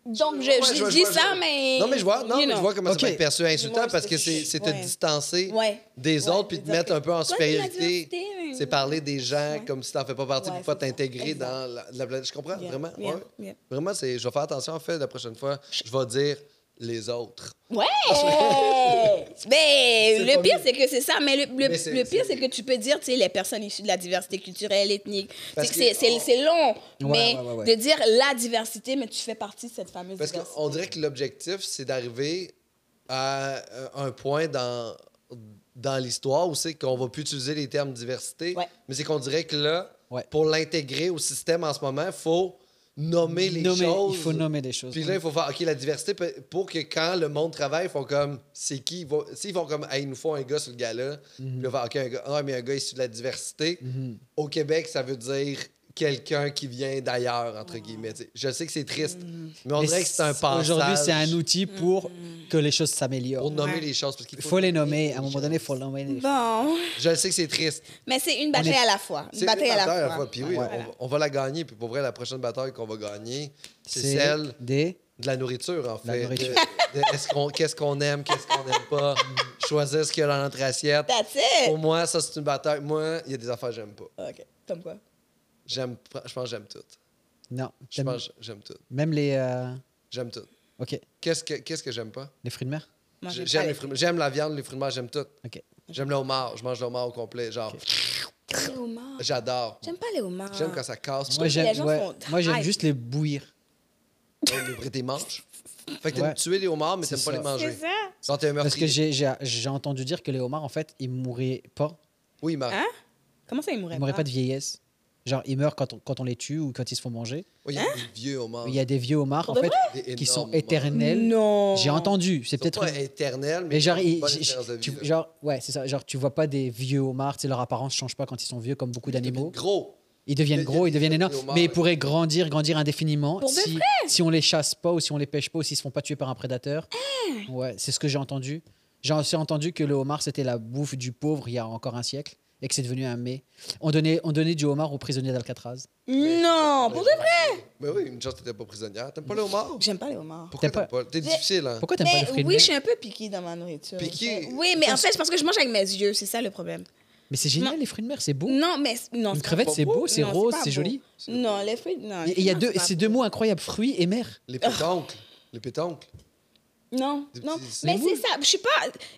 Speaker 3: Donc, je,
Speaker 2: Ouais,
Speaker 3: je
Speaker 2: vois-
Speaker 3: dis
Speaker 2: vois-
Speaker 3: ça,
Speaker 2: je-
Speaker 3: mais...
Speaker 2: Non, mais je vois, non,
Speaker 3: you
Speaker 2: mais je
Speaker 3: know.
Speaker 2: vois comment
Speaker 1: Ok.
Speaker 2: ça peut être perçu insultant
Speaker 3: Dis-moi,
Speaker 2: parce
Speaker 3: je
Speaker 2: que
Speaker 3: sais
Speaker 2: c'est
Speaker 3: que-
Speaker 2: c'est te
Speaker 3: ouais.
Speaker 2: distancer
Speaker 3: Ouais.
Speaker 2: des
Speaker 3: Ouais,
Speaker 2: autres puis
Speaker 3: de
Speaker 2: te
Speaker 3: dire
Speaker 2: mettre
Speaker 3: que
Speaker 2: un peu en
Speaker 3: toi, t'es la
Speaker 2: supériorité.
Speaker 3: diversité, mais-
Speaker 2: C'est parler des gens
Speaker 3: Ouais.
Speaker 2: comme si t'en fais pas partie
Speaker 3: Ouais,
Speaker 2: pour pas
Speaker 3: c'est ça.
Speaker 2: t'intégrer
Speaker 3: Exact.
Speaker 2: dans la, la planète. Je comprends,
Speaker 3: Yeah,
Speaker 2: vraiment.
Speaker 3: yeah,
Speaker 2: ouais.
Speaker 3: yeah.
Speaker 2: Vraiment, c'est- je vais faire attention en fait la prochaine fois. Je vais dire les autres.
Speaker 3: Ouais! mais
Speaker 2: C'est
Speaker 3: le
Speaker 2: pas
Speaker 3: pire,
Speaker 2: mieux.
Speaker 3: c'est que c'est ça. Mais le, le-
Speaker 2: Mais c'est-
Speaker 3: le pire,
Speaker 2: c'est
Speaker 3: c'est que tu peux dire, tu sais, les personnes issues de la diversité culturelle, ethnique.
Speaker 2: Parce
Speaker 3: C'est que
Speaker 2: que-
Speaker 3: c'est- c'est c'est long. mais
Speaker 1: ouais, ouais, ouais.
Speaker 3: de dire la diversité, mais tu fais partie de cette fameuse
Speaker 2: Parce
Speaker 3: diversité.
Speaker 2: qu'on dirait que l'objectif, c'est d'arriver à euh, un point dans, dans l'histoire où c'est qu'on va plus utiliser les termes diversité,
Speaker 3: Ouais.
Speaker 2: mais c'est qu'on dirait que là,
Speaker 1: Ouais.
Speaker 2: pour l'intégrer au système en ce moment, il faut nommer les
Speaker 1: Nommer,
Speaker 2: choses.
Speaker 1: il faut nommer des choses.
Speaker 2: Puis là, il faut faire, OK, la diversité, pe- pour que quand le monde travaille, ils font comme, c'est qui? Ils vont- S'ils vont comme, hey, il nous faut un gars sur le gars-là,
Speaker 1: Mhm.
Speaker 2: puis là, faire, OK, un gars, ah, mais un gars issu de la diversité, au Québec, ça veut dire quelqu'un qui vient d'ailleurs, entre guillemets. tu sais. Je sais que c'est triste,
Speaker 3: Mhm.
Speaker 2: mais on
Speaker 1: Mais
Speaker 2: dirait que c'est un passage.
Speaker 1: Aujourd'hui, c'est un outil pour
Speaker 3: Mm.
Speaker 1: que les choses s'améliorent.
Speaker 2: Pour nommer
Speaker 3: Ouais.
Speaker 2: les choses, parce qu'il
Speaker 1: Il
Speaker 2: faut,
Speaker 1: faut les nommer. À un moment donné, il faut nommer. les-
Speaker 3: Bon,
Speaker 2: Je le sais que c'est triste.
Speaker 3: mais c'est une bataille
Speaker 1: est-
Speaker 3: à la fois. Une
Speaker 2: C'est
Speaker 3: bataille à la
Speaker 2: bataille
Speaker 3: fois.
Speaker 2: Puis oui,
Speaker 3: Ouais.
Speaker 2: on-
Speaker 3: Voilà.
Speaker 2: on, va la gagner. Puis pour vrai, la prochaine bataille qu'on va gagner, c'est celle
Speaker 1: des.
Speaker 2: De la nourriture, en
Speaker 1: La
Speaker 2: fait.
Speaker 1: nourriture.
Speaker 2: De- de- est-ce qu'on, qu'est-ce qu'on aime, qu'est-ce qu'on n'aime pas. Choisir ce qu'il y a dans notre assiette.
Speaker 3: That's it. Oh,
Speaker 2: Pour moi, ça, c'est une bataille. Moi, il y a des affaires que j'aime pas.
Speaker 3: OK. Comme quoi?
Speaker 2: J'aime, je pense que j'aime toutes.
Speaker 1: Non.
Speaker 2: Je
Speaker 1: t'aimes-
Speaker 2: pense que j'aime toutes.
Speaker 1: Même les. euh,
Speaker 2: J'aime toutes.
Speaker 1: Ok.
Speaker 2: Qu'est-ce que, qu'est-ce que j'aime pas?
Speaker 1: Les fruits de mer.
Speaker 3: Moi,
Speaker 2: J'ai-
Speaker 3: j'aime
Speaker 2: j'aime,
Speaker 3: pas
Speaker 2: les
Speaker 3: les
Speaker 2: fruits- j'aime la viande, les fruits de mer, j'aime toutes.
Speaker 1: Ok.
Speaker 2: J'aime le homard, je mange le homard au complet. Genre,
Speaker 3: Les homards.
Speaker 2: j'adore.
Speaker 3: J'aime pas les homards.
Speaker 2: J'aime quand ça
Speaker 1: Moi,
Speaker 2: casse. Moi,
Speaker 3: que les
Speaker 1: j'aime
Speaker 3: gens
Speaker 1: ouais.
Speaker 3: sont
Speaker 1: Moi, j'aime
Speaker 3: hype.
Speaker 1: juste les bouillir.
Speaker 2: j'aime livrer des manches. Fait que t'aimes
Speaker 1: Ouais.
Speaker 2: tuer les homards, mais
Speaker 1: C'est
Speaker 2: t'aimes
Speaker 1: ça.
Speaker 2: pas les
Speaker 3: C'est
Speaker 2: manger.
Speaker 3: ça.
Speaker 2: Quand t'es un
Speaker 1: Parce que
Speaker 2: meurtrier.
Speaker 1: j'ai j'ai- j'ai entendu dire que les homards, en fait, ils mouraient pas.
Speaker 2: Oui, il meurt.
Speaker 3: Hein? Comment ça, ils mourraient
Speaker 1: Ils mouraient pas de vieillesse. Genre, ils meurent quand on, quand on les tue ou quand ils se font manger.
Speaker 2: Oui, il y a des vieux homards.
Speaker 1: Hein? Il y a des vieux homards, en
Speaker 2: Oh,
Speaker 3: Pour de
Speaker 1: fait,
Speaker 2: vrai
Speaker 1: qui
Speaker 2: Des
Speaker 1: sont
Speaker 2: énormes
Speaker 1: éternels.
Speaker 3: Non.
Speaker 1: J'ai entendu. C'est
Speaker 2: Ils sont
Speaker 1: peut-être
Speaker 2: hein. pas
Speaker 1: une-
Speaker 2: éternels, mais,
Speaker 1: Mais genre,
Speaker 2: ils ont une
Speaker 1: ils-
Speaker 2: bonne
Speaker 1: j-
Speaker 2: espérance de
Speaker 1: tu,
Speaker 2: vie, là.
Speaker 1: genre, ouais, c'est ça. Genre, tu vois pas des vieux homards, tu sais, leur apparence change pas quand ils sont vieux, comme beaucoup d'animaux.
Speaker 2: Gros.
Speaker 1: Ils deviennent
Speaker 2: Il y a-
Speaker 1: gros, ils
Speaker 2: il y a des
Speaker 1: deviennent énormes,
Speaker 2: homards,
Speaker 1: mais ils
Speaker 2: ouais.
Speaker 1: pourraient grandir, grandir indéfiniment
Speaker 3: Pour de
Speaker 1: si, si on les chasse pas ou si on les pêche pas ou s'ils se font pas tuer par un prédateur.
Speaker 3: Eh.
Speaker 1: Ouais, c'est ce que j'ai entendu. J'ai aussi entendu que le homard c'était la bouffe du pauvre il y a encore un siècle et que c'est devenu un mets. On donnait, on donnait du homard aux prisonniers d'Alcatraz.
Speaker 3: Non, Oh, pour de vrai.
Speaker 2: Mais oui, une chance, t'étais pas prisonnière. T'aimes pas le homard?
Speaker 3: J'aime pas les homards.
Speaker 2: Pourquoi
Speaker 1: T'aimes
Speaker 2: t'aimes pas? T'es
Speaker 3: Mais-
Speaker 2: difficile, hein?
Speaker 1: Pourquoi t'aimes pas
Speaker 3: Mais
Speaker 1: les fruits de
Speaker 3: oui,
Speaker 1: mer
Speaker 3: je suis un peu piquée dans ma nourriture.
Speaker 2: Piquée?
Speaker 3: Oui, mais en fait, c'est parce que je mange avec mes yeux, c'est ça le problème.
Speaker 1: Mais c'est génial
Speaker 3: Non.
Speaker 1: les fruits de mer, c'est beau.
Speaker 3: Non, mais non.
Speaker 1: Une
Speaker 3: c'est pas
Speaker 1: crevette
Speaker 3: beau.
Speaker 1: c'est beau, c'est
Speaker 3: Non,
Speaker 1: rose,
Speaker 3: pas
Speaker 1: c'est
Speaker 3: beau.
Speaker 1: joli.
Speaker 3: Non, les fruits, non.
Speaker 1: Et il y a
Speaker 3: non,
Speaker 1: deux,
Speaker 3: c'est pas
Speaker 1: ces
Speaker 3: beau.
Speaker 1: deux mots incroyables, fruits et mer.
Speaker 2: Les pétoncles. Les pétoncles.
Speaker 3: Non,
Speaker 2: Des
Speaker 3: non.
Speaker 2: petits-
Speaker 3: Mais
Speaker 1: Mais
Speaker 3: c'est ça. Je suis pas.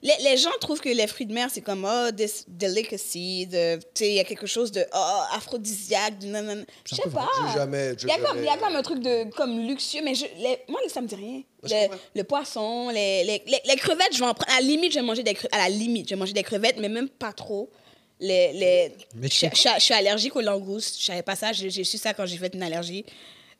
Speaker 3: Les, les gens trouvent que les fruits de mer, c'est comme, oh, this delicacy, de- tu sais, il y a quelque chose de, oh, aphrodisiaque, de nanana.
Speaker 1: C'est
Speaker 3: Je
Speaker 1: un
Speaker 3: sais
Speaker 1: peu vrai.
Speaker 3: pas.
Speaker 2: J'ai jamais. j'ai
Speaker 3: Il y, a comme,
Speaker 2: jamais-
Speaker 3: il y a comme un truc de comme luxueux, mais je, les- moi, ça me dit rien.
Speaker 2: Je
Speaker 3: Le,
Speaker 2: comprends.
Speaker 3: le poisson, les, les, les- les crevettes, je vais en prendre. À la limite, je vais manger des crevettes. À la limite, je vais manger des crevettes, mais même pas trop. Les, les...
Speaker 1: Mais tu
Speaker 3: je, je- je suis allergique aux langoustes. Je savais pas ça. J'ai j'ai su ça quand j'ai fait une allergie.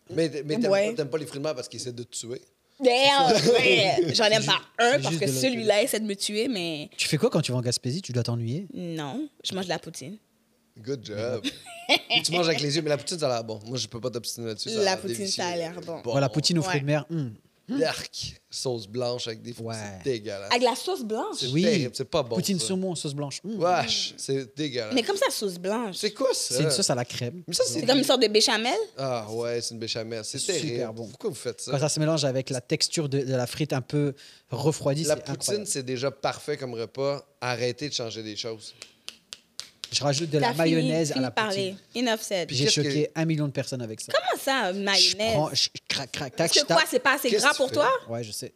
Speaker 2: Mais, mais t'aimes
Speaker 3: Ouais.
Speaker 2: pas- t'aimes pas les fruits de mer parce qu'ils essaient de te tuer.
Speaker 3: D'ailleurs, ouais, j'en aime pas un
Speaker 1: c'est
Speaker 3: parce
Speaker 1: juste
Speaker 3: que
Speaker 1: de la-
Speaker 3: celui-là essaie de me tuer, mais
Speaker 1: Tu fais quoi quand tu vas en Gaspésie Tu dois t'ennuyer
Speaker 3: non, je mange de la poutine.
Speaker 2: Good job. tu manges avec les yeux, mais la poutine, ça a l'air bon. Moi, je peux pas t'obstiner là-dessus. ça a
Speaker 3: La
Speaker 2: l'air
Speaker 3: poutine,
Speaker 2: délicieux.
Speaker 3: ça a l'air bon.
Speaker 1: Voilà, poutine aux fruits
Speaker 3: Ouais.
Speaker 1: de mer. hum.
Speaker 2: Dark. Sauce blanche avec des fruits.
Speaker 1: Ouais.
Speaker 2: C'est
Speaker 1: Ah.
Speaker 2: dégueulasse.
Speaker 3: Avec la sauce blanche.
Speaker 2: C'est
Speaker 1: Oui.
Speaker 2: terrible, c'est pas bon.
Speaker 1: poutine
Speaker 2: ça.
Speaker 1: saumon, sauce blanche. hum.
Speaker 2: Wesh, c'est dégueulasse.
Speaker 3: Mais comme ça, sauce blanche.
Speaker 2: C'est quoi ça?
Speaker 1: C'est une sauce à la crème.
Speaker 2: Mais ça, c'est.
Speaker 3: C'est comme une sorte de béchamel.
Speaker 2: Ah ouais, c'est une béchamel. C'est
Speaker 1: C'est
Speaker 2: terrible.
Speaker 1: super bon.
Speaker 2: Pourquoi vous faites ça?
Speaker 1: Quand ça se mélange avec la texture de, de la frite un peu refroidie,
Speaker 2: La
Speaker 1: c'est
Speaker 2: poutine,
Speaker 1: incroyable.
Speaker 2: c'est déjà parfait comme repas. Arrêtez de changer des choses.
Speaker 1: Je rajoute de la
Speaker 3: T'as fini-
Speaker 1: mayonnaise
Speaker 3: fini
Speaker 1: à la
Speaker 3: de parler.
Speaker 1: poutine.
Speaker 3: Enough said.
Speaker 1: Puis J'ai
Speaker 2: Qu'est-ce que-
Speaker 1: choqué un million de personnes avec ça.
Speaker 3: Comment ça, mayonnaise?
Speaker 1: Je prends, je crac, crac, tac,
Speaker 3: Parce
Speaker 1: je
Speaker 3: que quoi,
Speaker 1: tape.
Speaker 3: c'est pas assez
Speaker 2: Qu'est-ce
Speaker 3: gras
Speaker 2: que
Speaker 3: pour
Speaker 2: tu
Speaker 3: toi?
Speaker 1: Ouais, je sais.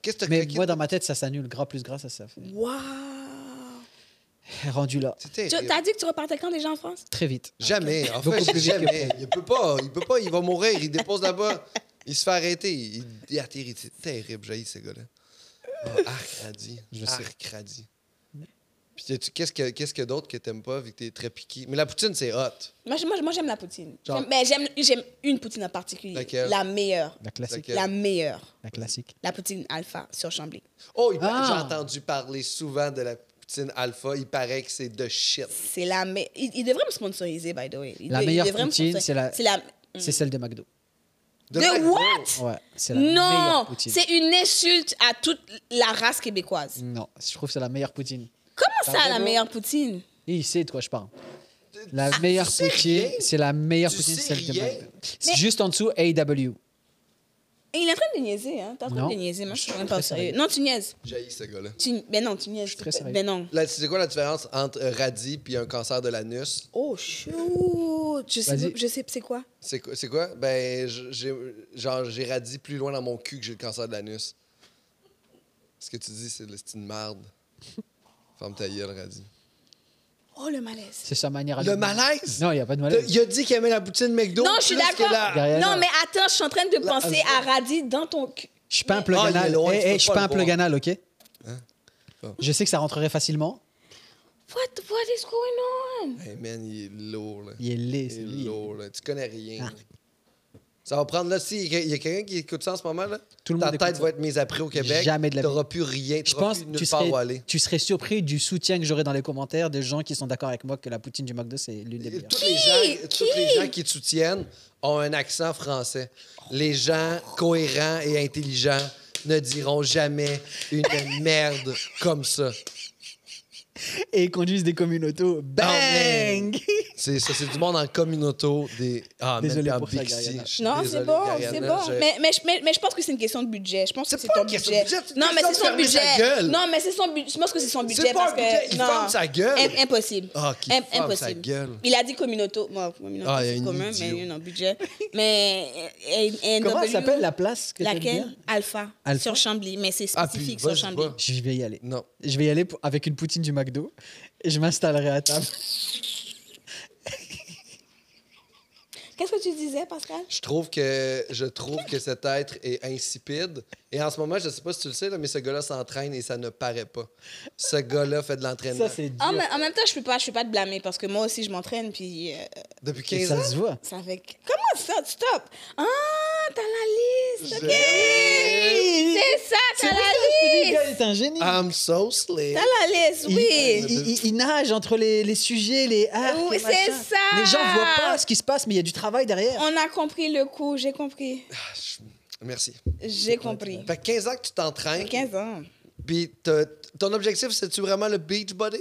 Speaker 2: Qu'est-ce que t'as
Speaker 1: Mais
Speaker 2: croqué
Speaker 1: moi, dans ma tête, ça s'annule. Gras plus gras, ça ça fait.
Speaker 3: Waouh!
Speaker 1: Rendu là,
Speaker 2: C'est
Speaker 3: Tu-
Speaker 2: terrible.
Speaker 3: T'as dit que tu repartais quand déjà en France?
Speaker 1: très vite.
Speaker 2: Jamais. En
Speaker 1: Beaucoup
Speaker 2: fait,
Speaker 1: plus vite que
Speaker 2: jamais. Il peut pas. Il peut pas. Il va mourir. Il dépose là-bas. Il se fait arrêter. Il, il atterrit. C'est terrible. J'ai ce gars-là. Oh, Arcadie.
Speaker 1: Je sais.
Speaker 2: Arcadie. Puis t'as-tu- qu'est-ce que qu'est-ce que d'autre que t'aimes pas vu que t'es très piqué? Mais la poutine, c'est hot.
Speaker 3: Moi, je- moi, je- moi, j'aime la poutine.
Speaker 2: Genre-
Speaker 3: J'aime- Mais j'aime j'aime une poutine en particulier.
Speaker 2: Laquelle?
Speaker 3: La meilleure.
Speaker 1: La classique.
Speaker 2: Laquelle?
Speaker 3: La meilleure.
Speaker 1: La classique.
Speaker 3: La poutine alpha sur Chambly.
Speaker 2: Oh, il paraît-
Speaker 1: Ah.
Speaker 2: j'ai entendu parler souvent de la poutine alpha. Il paraît que c'est de shit.
Speaker 3: C'est la meilleure. Ils il devraient me sponsoriser, by the way. Ils
Speaker 1: La
Speaker 3: de- ils
Speaker 1: meilleure
Speaker 3: devraient me
Speaker 1: poutine,
Speaker 3: sponsor-
Speaker 1: c'est la-
Speaker 3: C'est la.
Speaker 2: Mm.
Speaker 3: Mm.
Speaker 1: C'est celle de McDo.
Speaker 3: De
Speaker 2: McDo.
Speaker 3: what?
Speaker 1: Ouais, c'est la meilleure
Speaker 3: Non!
Speaker 1: poutine. Mm.
Speaker 3: C'est une insulte à toute la race québécoise.
Speaker 1: Non, je trouve que c'est la meilleure poutine.
Speaker 3: Comment ça,
Speaker 2: Pardon?
Speaker 3: la meilleure poutine?
Speaker 1: Et il sait de quoi je parle. La meilleure
Speaker 2: tu sais
Speaker 1: poutine,
Speaker 2: Ah, rien?
Speaker 1: c'est la meilleure
Speaker 2: Tu
Speaker 1: poutine,
Speaker 2: sais
Speaker 1: celle de
Speaker 2: rien?
Speaker 1: McDo. C'est Juste en dessous, AW.
Speaker 3: Et il est en train de niaiser, hein? T'es en train
Speaker 1: Non.
Speaker 3: de niaiser, moi, je suis même pas
Speaker 1: très
Speaker 3: sérieux.
Speaker 1: sérieux.
Speaker 3: Non, tu niaises.
Speaker 2: J'ai ce gars-là.
Speaker 3: Tu... Ben non, tu niaises.
Speaker 1: suis très sérieux.
Speaker 3: Ben non.
Speaker 2: Là, C'est quoi la différence entre un radis puis un cancer de l'anus?
Speaker 3: Oh, shoot! Je sais,
Speaker 1: Vas-y.
Speaker 3: je sais c'est quoi.
Speaker 2: C'est quoi? c'est quoi? Ben, j- j'ai, genre, j'ai radis plus loin dans mon cul que j'ai le cancer de l'anus. Ce que tu dis, c'est, de- c'est une merde. Ferme ta gueule, radis.
Speaker 3: Oh, le malaise.
Speaker 1: C'est sa manière à
Speaker 2: Le
Speaker 1: lui-
Speaker 2: malaise?
Speaker 1: Non, il n'y a pas de malaise.
Speaker 2: Il a dit qu'il aimait la poutine McDo.
Speaker 3: Non, je suis
Speaker 2: plus que
Speaker 3: d'accord.
Speaker 2: la-
Speaker 1: Derrière,
Speaker 3: Non,
Speaker 1: là.
Speaker 3: mais attends, je suis en train de penser à Radis dans ton cul.
Speaker 1: Je suis pas un
Speaker 3: Mais-
Speaker 1: plug
Speaker 2: Ah, il est
Speaker 1: anal.
Speaker 2: loin,
Speaker 1: Hey,
Speaker 2: tu peux
Speaker 1: hey, Eh, je suis
Speaker 2: pas
Speaker 1: pas un
Speaker 2: le Hein?
Speaker 1: plug
Speaker 2: voir.
Speaker 1: anal, ok Hein?
Speaker 2: Oh.
Speaker 1: Je sais que ça rentrerait facilement.
Speaker 3: What, what is going on?
Speaker 2: Hey, man, il est lourd, là.
Speaker 1: Il est laid,
Speaker 2: Il
Speaker 1: c'est
Speaker 2: est
Speaker 1: lui.
Speaker 2: lourd, là. Tu connais rien.
Speaker 1: Ah.
Speaker 2: Ça va prendre, là, si il y a- il y a quelqu'un qui écoute ça en ce moment, là,
Speaker 1: Tout le
Speaker 2: ta
Speaker 1: monde écoute
Speaker 2: tête
Speaker 1: ça.
Speaker 2: va être mise à prix au Québec.
Speaker 1: Jamais de la vie.
Speaker 2: T'auras plus rien.
Speaker 1: Je
Speaker 2: t'auras
Speaker 1: pense
Speaker 2: plus
Speaker 1: que
Speaker 2: nulle
Speaker 1: tu
Speaker 2: part où
Speaker 1: serais,
Speaker 2: aller.
Speaker 1: tu serais surpris du soutien que j'aurais dans les commentaires des gens qui sont d'accord avec moi que la poutine du McDo, c'est l'une des meilleures.
Speaker 2: Tous les, gens,
Speaker 3: Qui?
Speaker 2: toutes les
Speaker 3: Qui?
Speaker 2: gens qui te soutiennent ont un accent français. Les gens cohérents et intelligents ne diront jamais une merde comme ça.
Speaker 1: Et ils conduisent des communes auto. Bang
Speaker 2: C'est ça, c'est du monde en communauto des. Ah, mais
Speaker 1: Désolé
Speaker 2: en
Speaker 1: pour ça,
Speaker 2: Bixi,
Speaker 1: Gariana.
Speaker 2: je suis
Speaker 3: Non, c'est
Speaker 2: désolé,
Speaker 3: bon,
Speaker 2: Gariana,
Speaker 3: c'est bon.
Speaker 2: je-
Speaker 3: Mais, mais, je- mais- mais je pense que c'est une question de budget. Je pense que
Speaker 2: C'est
Speaker 3: c'est
Speaker 2: pas
Speaker 3: ton
Speaker 2: une question de
Speaker 3: budget.
Speaker 2: budget, c'est une
Speaker 3: Non, mais
Speaker 2: question
Speaker 3: c'est
Speaker 2: de
Speaker 3: son
Speaker 2: fermer sa
Speaker 3: budget.
Speaker 2: gueule.
Speaker 3: Non, mais c'est son budget. Je pense que c'est son budget
Speaker 2: pas un
Speaker 3: parce que.
Speaker 2: budget, il
Speaker 3: non.
Speaker 2: ferme sa gueule.
Speaker 3: Im- impossible.
Speaker 2: Ah, qu'il
Speaker 3: Im-
Speaker 2: ferme sa
Speaker 3: impossible.
Speaker 2: gueule.
Speaker 3: Il a dit communauto. Bon, communauto,
Speaker 2: Ah, il y a
Speaker 3: c'est
Speaker 2: une
Speaker 3: commun,
Speaker 2: idiot.
Speaker 3: mais non, budget. Mais. euh, NW,
Speaker 1: Comment elle s'appelle la place que t'aimes
Speaker 3: Laquelle
Speaker 1: bien
Speaker 3: Alpha,
Speaker 1: Alpha?
Speaker 3: Sur Chambly. Mais c'est
Speaker 2: Ah, puis,
Speaker 3: spécifique
Speaker 2: vas-y,
Speaker 3: sur Chambly.
Speaker 2: va.
Speaker 1: Je vais y aller.
Speaker 2: Non.
Speaker 1: Je vais y aller pour- avec une poutine du McDo. Et je m'installerai à table.
Speaker 3: Qu'est-ce que tu disais, Pascal
Speaker 2: Je trouve que je trouve que cet être est insipide. Et en ce moment, je sais pas si tu le sais, là, mais ce gars-là s'entraîne et ça ne paraît pas. Ce gars-là fait de l'entraînement.
Speaker 1: Ça, c'est dur.
Speaker 3: En, me- en même temps, je peux pas, je peux pas te blâmer parce que moi aussi, je m'entraîne puis euh,
Speaker 2: Depuis
Speaker 1: Et
Speaker 2: 15 ans.
Speaker 1: ça se voit.
Speaker 3: ça avec. Comment ça Stop. Ah, t'as la liste. Ok.
Speaker 2: Je-
Speaker 3: C'est ça,
Speaker 1: C'est
Speaker 3: t'as
Speaker 1: pour ça que je te
Speaker 3: la
Speaker 1: dis, le
Speaker 3: liste.
Speaker 1: gars est un génie.
Speaker 2: I'm so slick.
Speaker 3: T'as la liste,
Speaker 1: Il-
Speaker 3: oui.
Speaker 1: Il, il- il nage entre les, les sujets, les arcs,
Speaker 3: Oui,
Speaker 1: les
Speaker 3: c'est
Speaker 1: machins.
Speaker 3: ça. Oh,
Speaker 1: Les gens voient pas ce qui se passe, mais il y a du travail derrière.
Speaker 3: On a compris le coup, j'ai compris.
Speaker 2: Ah, je- Merci.
Speaker 3: J'ai compris.
Speaker 2: Fait que 15 ans que tu t'entraînes.
Speaker 3: 15 ans.
Speaker 2: Puis t'as- ton objectif, c'est-tu vraiment le beach body?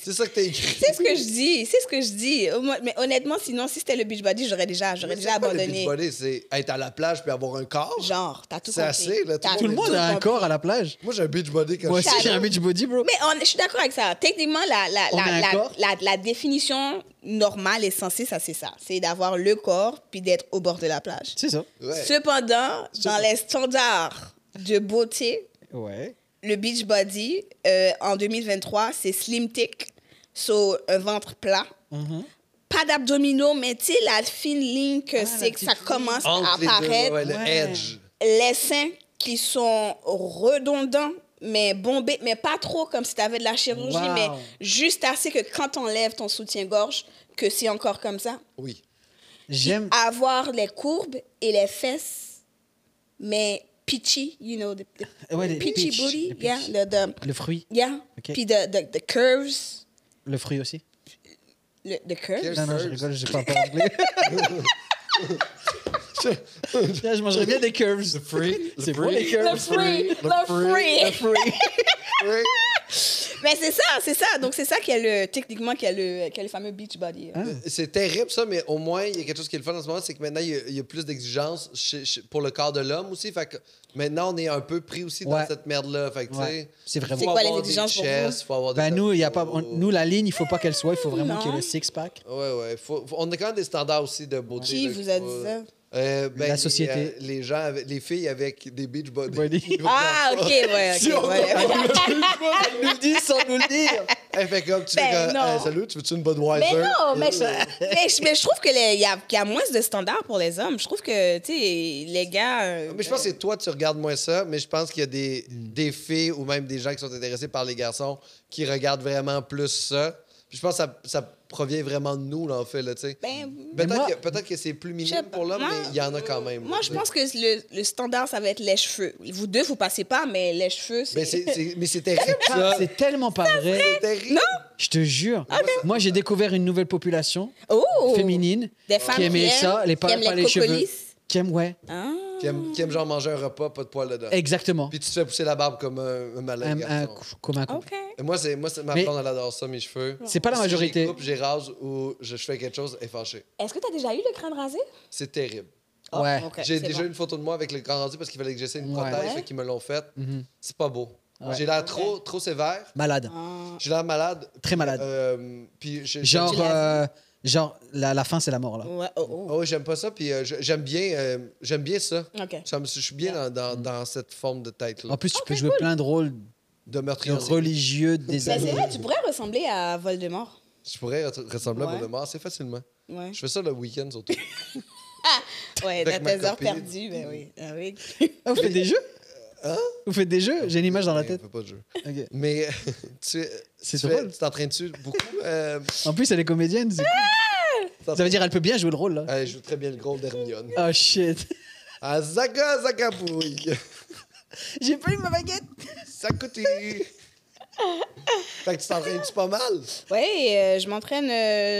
Speaker 2: C'est ça que t'as écrit.
Speaker 3: C'est ce que je dis, c'est ce que je dis. Au moins- Mais honnêtement, sinon, si c'était le beachbody, j'aurais déjà, j'aurais
Speaker 2: Mais
Speaker 3: déjà
Speaker 2: c'est quoi Le
Speaker 3: abandonné.
Speaker 2: beach body, c'est être à la plage puis avoir un corps.
Speaker 3: Genre, t'as tout
Speaker 2: C'est
Speaker 3: compris.
Speaker 2: assez, là, tout
Speaker 3: T'as
Speaker 1: Tout le monde a un corps à la plage.
Speaker 2: Moi, j'ai un beach body quand
Speaker 1: Moi
Speaker 2: je-
Speaker 1: aussi, j'ai un beach body, bro.
Speaker 3: Mais on- je suis d'accord avec ça. Techniquement, la, la,
Speaker 1: On
Speaker 3: la,
Speaker 1: a un
Speaker 3: la-
Speaker 1: corps?
Speaker 3: la- la définition normale et censée, ça, c'est ça. C'est d'avoir le corps puis d'être au bord de la plage.
Speaker 1: C'est ça.
Speaker 2: Ouais.
Speaker 3: Cependant, dans les standards de beauté.
Speaker 1: Ouais.
Speaker 3: Le beach body, euh, en 2023, c'est slim thick, so un ventre plat.
Speaker 1: Mhm.
Speaker 3: Pas d'abdominaux, mais tu sais, la fine ligne que c'est que ça
Speaker 1: petite
Speaker 3: commence à
Speaker 2: Entre les deux,
Speaker 3: apparaître.
Speaker 2: ouais, le
Speaker 1: Ouais.
Speaker 2: edge.
Speaker 3: Les seins qui sont redondants, mais bombés, mais pas trop comme si tu avais de la chirurgie,
Speaker 1: Wow.
Speaker 3: mais juste assez que quand t'enlèves ton soutien-gorge, que c'est encore comme ça.
Speaker 2: Oui.
Speaker 1: J'aime.
Speaker 3: Avoir les courbes et les fesses, mais pitchy, you know, the, the
Speaker 1: Eh Ouais, les
Speaker 3: pitchy
Speaker 1: peach,
Speaker 3: booty,
Speaker 1: les peach.
Speaker 3: yeah, the- the-
Speaker 1: Le fruit.
Speaker 3: Yeah.
Speaker 1: Ok.
Speaker 3: Puis the, the, the curves.
Speaker 1: Le fruit aussi.
Speaker 3: Le, the curves.
Speaker 2: Curves.
Speaker 1: Non, non, je
Speaker 2: Curves.
Speaker 1: rigole, je parle pas anglais. je, je mangerais bien des curves.
Speaker 2: The free.
Speaker 1: C'est bon, les curves.
Speaker 3: The free,
Speaker 2: Le
Speaker 3: the free.
Speaker 1: Le fruit.
Speaker 2: free.
Speaker 3: Mais c'est ça, c'est ça. Donc c'est ça qui est le, techniquement, qui est le, qui est le fameux beach body.
Speaker 1: Hein?
Speaker 2: C'est terrible, ça, mais au moins, il y a quelque chose qui est le fun en ce moment, c'est que maintenant, il y a, il y a plus d'exigences chez- chez- pour le corps de l'homme aussi. Fait que maintenant, on est un peu pris aussi
Speaker 1: Ouais.
Speaker 2: dans cette merde-là. Fait que, tu
Speaker 1: Ouais.
Speaker 2: sais,
Speaker 1: C'est vraiment-
Speaker 3: C'est
Speaker 2: faut
Speaker 3: quoi les
Speaker 2: avoir des
Speaker 3: exigences pour
Speaker 2: chests, faut avoir des
Speaker 1: Ben nous, il y a pas,
Speaker 2: abdos.
Speaker 1: on- nous la ligne, il faut pas qu'elle soit, il faut vraiment
Speaker 3: Non.
Speaker 1: qu'il y ait le six pack.
Speaker 2: Ouais, ouais. Faut- faut- on a quand même des standards aussi de beauté.
Speaker 3: Qui
Speaker 2: là,
Speaker 3: vous
Speaker 2: qu'il
Speaker 3: a
Speaker 2: faut-
Speaker 3: dit ça?
Speaker 2: Euh, ben,
Speaker 1: La
Speaker 2: les,
Speaker 1: société.
Speaker 2: euh, Les, gens, avec- les filles avec des beach body.
Speaker 1: Body.
Speaker 3: Ah, ok, ouais,
Speaker 2: Si
Speaker 3: ok,
Speaker 2: on-
Speaker 3: ouais.
Speaker 1: Elle nous le dit sans nous le dire.
Speaker 2: Elle fait comme tu
Speaker 3: Ben
Speaker 2: fais comme,
Speaker 3: non.
Speaker 2: Hey, salut, tu veux-tu une Budweiser?
Speaker 3: Mais non, mais je, mais je- mais je trouve que les- il y a, qu'il y a moins de standards pour les hommes. Je trouve que, tu sais, les gars... euh,
Speaker 2: Ah, Mais je pense que c'est toi, tu regardes moins ça, mais je pense qu'il y a des,
Speaker 1: Mm.
Speaker 2: des filles ou même des gens qui sont intéressés par les garçons qui regardent vraiment plus ça. Puis je pense que ça, ça provient vraiment de nous, là, en fait, là, tu sais.
Speaker 3: ben,
Speaker 1: Mais moi-
Speaker 2: Peut-être que, peut que c'est plus
Speaker 3: Je sais
Speaker 2: minime
Speaker 3: pas.
Speaker 2: pour l'homme,
Speaker 3: Moi,
Speaker 2: mais il y en a quand même.
Speaker 3: Moi,
Speaker 2: là,
Speaker 3: je
Speaker 2: tu sais.
Speaker 3: pense que le, le standard, ça va être les cheveux. Vous deux, vous passez pas, mais les cheveux, c'est...
Speaker 2: Mais Ben, c'est- c'est- Mais c'est terrible, ça.
Speaker 1: Ah, C'est tellement pas vrai.
Speaker 2: C'est terrible.
Speaker 3: Non?
Speaker 1: Je te jure. Moi, j'ai découvert une nouvelle population
Speaker 3: Oh!
Speaker 1: féminine
Speaker 3: Des femmes
Speaker 1: qui aimait
Speaker 3: qui
Speaker 1: ça,
Speaker 3: aiment-
Speaker 1: les pas,
Speaker 3: qui aiment
Speaker 1: pas
Speaker 3: les
Speaker 1: les cheveux.
Speaker 3: cocolisses.
Speaker 1: Qui aime, ouais,
Speaker 3: Ah.
Speaker 2: Qui aime, qui aime genre manger un repas, pas de poils dedans.
Speaker 1: exactement. euh,
Speaker 2: Puis tu te fais pousser la barbe comme un, un malade
Speaker 1: Un- un
Speaker 2: garçon.
Speaker 1: cou- comme un couple.
Speaker 3: OK.
Speaker 2: Et Moi, c'est moi, c'est- ma
Speaker 1: Mais-
Speaker 2: blonde, elle adore ça, mes cheveux.
Speaker 1: C'est pas la
Speaker 2: Si
Speaker 1: majorité.
Speaker 2: Je les coupe, je les rase ou je fais quelque chose, elle est fâchée.
Speaker 3: Est-ce que tu as déjà eu le crâne rasé?
Speaker 2: C'est terrible.
Speaker 1: Ouais.
Speaker 3: Oh, ok.
Speaker 2: J'ai
Speaker 3: c'est
Speaker 2: déjà
Speaker 3: bon.
Speaker 2: une photo de moi avec le grand rendu parce qu'il fallait que j'essaie une
Speaker 1: Ouais. Mhm.
Speaker 2: prothèse,
Speaker 3: Ouais.
Speaker 2: fait qu'ils me l'ont faite. C'est pas beau. J'ai l'air trop, trop sévère.
Speaker 1: Malade.
Speaker 3: Ah.
Speaker 2: J'ai l'air malade.
Speaker 1: Très malade.
Speaker 2: Euh, puis je-
Speaker 1: Genre,
Speaker 2: je-
Speaker 1: euh, genre la, la fin, c'est la mort, là.
Speaker 3: Ouais, oh,
Speaker 2: Ah oui, j'aime pas ça. Puis euh, je- j'aime bien, euh, j'aime bien ça.
Speaker 3: oh. OK.
Speaker 2: Ça me- je suis bien dans, dans- dans cette forme de tête là,
Speaker 1: En plus, tu
Speaker 3: Oh. Ok,
Speaker 1: peux jouer plein de rôles
Speaker 2: de
Speaker 1: de
Speaker 2: meurtrier.
Speaker 1: religieux, des
Speaker 3: Ben, c'est
Speaker 1: animaux.
Speaker 3: vrai, tu pourrais ressembler à Voldemort.
Speaker 2: Je pourrais re- ressembler à
Speaker 3: Ouais.
Speaker 2: mon mort assez facilement.
Speaker 3: Ouais.
Speaker 2: Je fais ça le week-end surtout.
Speaker 3: Ouais,
Speaker 2: Avec
Speaker 3: dans
Speaker 2: ma
Speaker 3: tes heures
Speaker 2: copine.
Speaker 3: perdues, ben oui. Ah oui.
Speaker 1: Ah, vous faites des jeux
Speaker 3: Euh, hein
Speaker 1: Vous faites des jeux J'ai une image dans la
Speaker 2: Mais
Speaker 1: tête.
Speaker 2: on fait pas de jeu.
Speaker 1: Ok.
Speaker 2: Mais euh, tu,
Speaker 1: C'est
Speaker 2: tu fais-
Speaker 1: drôle.
Speaker 2: tu t'entraînes-tu beaucoup euh,
Speaker 1: En plus, elle est comédienne. du coup.
Speaker 2: tu
Speaker 1: Ça veut dire elle peut bien jouer le rôle, là.
Speaker 2: t'entraînes- Euh, je joue très bien le rôle d'Hermione.
Speaker 1: Oh shit.
Speaker 2: Ah, Zaka, Zaka Pouille.
Speaker 1: J'ai pas eu ma baguette.
Speaker 2: Ça coûte. fait que tu t'entraînes-tu pas mal?
Speaker 3: Ouais, euh, je m'entraîne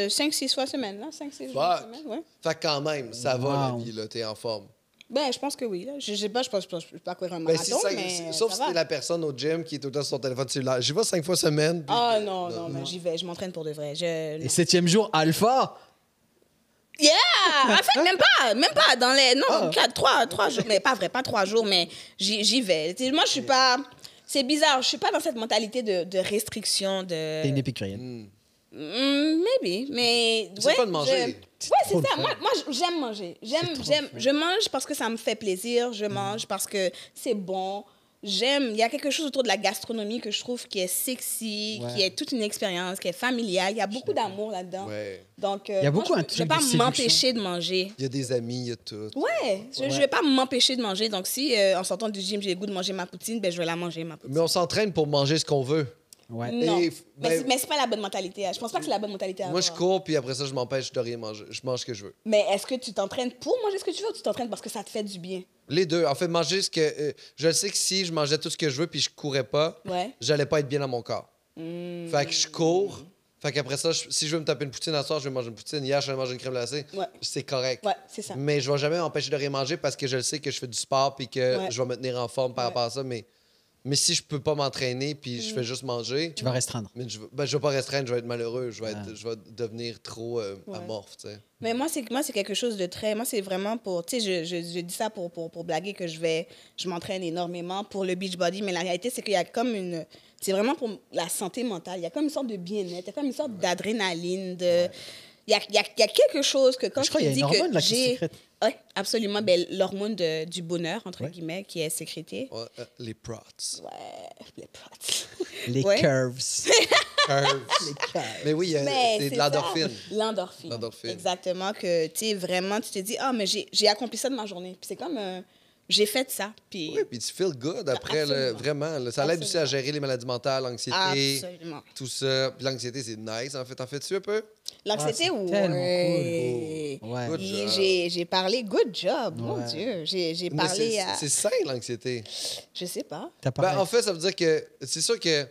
Speaker 3: 5-6 fois semaine, là. 5-6 jours
Speaker 2: Fuck.
Speaker 3: semaine, ouais.
Speaker 2: Fait que quand même, ça va
Speaker 1: Wow.
Speaker 2: la vie, là, t'es en forme.
Speaker 3: Ben, je pense que oui, là. Je je sais pas, je pense que je peux pas courir un
Speaker 2: Ben, si
Speaker 3: marathon,
Speaker 2: cinq-
Speaker 3: mais
Speaker 2: sauf
Speaker 3: ça
Speaker 2: si
Speaker 3: va.
Speaker 2: t'es la personne au gym qui est tout le temps sur son téléphone cellulaire. J'y vais cinq fois semaine. puis-
Speaker 3: Ah non, non, non, j'y vais, je m'entraîne pour de vrai. Je...
Speaker 1: Et septième jour, Alpha.
Speaker 3: Yeah! En fait, même pas, même pas dans les.
Speaker 1: Ah.
Speaker 3: Non, quatre, trois, trois jours. Mais pas vrai, pas trois jours, mais j'y j'y vais. T'sais, moi, je suis pas. C'est bizarre, je suis pas dans cette mentalité de, de restriction, de.
Speaker 1: T'es une épicurienne.
Speaker 3: Mm, maybe, mais.
Speaker 2: C'est le fun de manger.
Speaker 3: je-
Speaker 1: C'est
Speaker 3: Ouais, c'est
Speaker 1: trop le
Speaker 3: ça.
Speaker 1: fun.
Speaker 3: Moi, moi, j'aime manger. J'aime,
Speaker 1: trop le
Speaker 3: j'aime.
Speaker 1: fun. Mm.
Speaker 3: Je mange parce que ça me fait plaisir. Je mange parce que c'est bon. J'aime. Il y a quelque chose autour de la gastronomie que je trouve qui est sexy,
Speaker 1: Ouais.
Speaker 3: qui est toute une expérience, qui est familiale. Il y a beaucoup d'amour là-dedans.
Speaker 2: Ouais.
Speaker 3: Donc, euh,
Speaker 1: Il y a
Speaker 3: moi,
Speaker 1: beaucoup un
Speaker 3: je, je vais
Speaker 1: truc
Speaker 3: pas
Speaker 1: de séduction.
Speaker 3: m'empêcher de manger.
Speaker 2: Il y a des amis, il y a tout.
Speaker 3: Ouais, je, je vais pas m'empêcher de manger. Donc, si euh, en sortant du gym, j'ai le goût de manger ma poutine, ben, je vais la manger, ma poutine.
Speaker 2: Mais on s'entraîne pour manger ce qu'on veut.
Speaker 1: Ouais.
Speaker 3: Non.
Speaker 2: Et f-
Speaker 3: mais
Speaker 2: ben-
Speaker 3: c'est- mais c'est pas la bonne mentalité. hein. Je pense pas que c'est la bonne mentalité à
Speaker 2: Moi, je
Speaker 3: avoir.
Speaker 2: cours, puis après ça, je m'empêche de rien manger. Je mange ce que je veux.
Speaker 3: Mais est-ce que tu t'entraînes pour manger ce que tu veux ou tu t'entraînes parce que ça te fait du bien?
Speaker 2: Les deux. En fait, manger ce que. euh, je sais que si je mangeais tout ce que je veux, puis je courais pas,
Speaker 3: Ouais. Hmm.
Speaker 2: j'allais pas être bien dans mon corps. Fait que je cours. Fait qu'après ça, je- si je veux me taper une poutine à soir, je vais manger une poutine. Hier, je vais manger une crème glacée.
Speaker 3: Ouais.
Speaker 2: C'est correct.
Speaker 3: Ouais, c'est ça.
Speaker 2: Mais je vais jamais m'empêcher de rien manger parce que je le sais que je fais du sport puis que
Speaker 3: Ouais.
Speaker 2: je vais me tenir en forme par
Speaker 3: Ouais. Hmm.
Speaker 2: rapport à ça. Mais, mais si je peux pas m'entraîner puis je fais juste manger,
Speaker 1: Tu vas restreindre.
Speaker 2: mais je, ben, je vais pas restreindre, je vais être malheureux, je vais, être- je vais devenir trop euh,
Speaker 3: Ouais.
Speaker 2: amorphe. tu sais.
Speaker 3: Mais moi, c'est moi, c'est quelque chose de très. Moi, c'est vraiment pour. Tu sais, je, je, je dis ça pour, pour, pour blaguer que je vais. Je m'entraîne énormément pour le beach body, mais la réalité, c'est qu'il y a comme une. C'est vraiment pour la santé mentale. Il y a comme une sorte de bien-être, il y a comme une sorte d'adrénaline, de. Il y a, il y a- il y a quelque chose que quand
Speaker 1: Je crois
Speaker 3: tu
Speaker 1: qu'il y a
Speaker 3: dis
Speaker 1: une hormone,
Speaker 3: que
Speaker 1: là, qui se
Speaker 3: j'ai-
Speaker 1: sécrète.
Speaker 3: Oui, absolument. Ben, L'hormone de- du bonheur, entre
Speaker 1: Ouais.
Speaker 3: guillemets, qui est sécrétée.
Speaker 2: Ouais, euh, les prots.
Speaker 3: Ouais, les potes.
Speaker 1: Les
Speaker 3: Ouais.
Speaker 1: curves.
Speaker 2: Curves. Euh, mais oui, il y a-
Speaker 3: Mais
Speaker 2: c'est de
Speaker 3: ça,
Speaker 2: l'endorphine.
Speaker 3: L'endorphine.
Speaker 2: L'endorphine.
Speaker 3: Exactement, que tu sais, vraiment, tu te dis, ah, mais j'ai j'ai accompli ça de ma journée. Puis c'est comme, euh, j'ai fait ça. Puis.
Speaker 2: Oui, puis tu feel good après, là,
Speaker 3: Absolument.
Speaker 2: vraiment. là. Ça l'aide aussi à
Speaker 3: Absolument.
Speaker 2: gérer les maladies mentales, l'anxiété,
Speaker 3: Absolument.
Speaker 2: tout ça. Puis l'anxiété, c'est nice. En fait, t'en fais-tu un peu?
Speaker 1: Ah,
Speaker 3: L'anxiété,
Speaker 1: c'est
Speaker 3: oui.
Speaker 1: tellement cool. Ouais.
Speaker 2: Good job.
Speaker 3: J'ai j'ai parlé, good job, mon
Speaker 1: Ouais.
Speaker 3: Dieu. J'ai j'ai
Speaker 2: Mais
Speaker 3: parlé
Speaker 2: c'est-
Speaker 3: à.
Speaker 2: C'est sain, l'anxiété.
Speaker 3: Je sais pas.
Speaker 1: T'as
Speaker 2: Ben,
Speaker 1: parlé-
Speaker 2: en fait, ça veut dire que c'est sûr que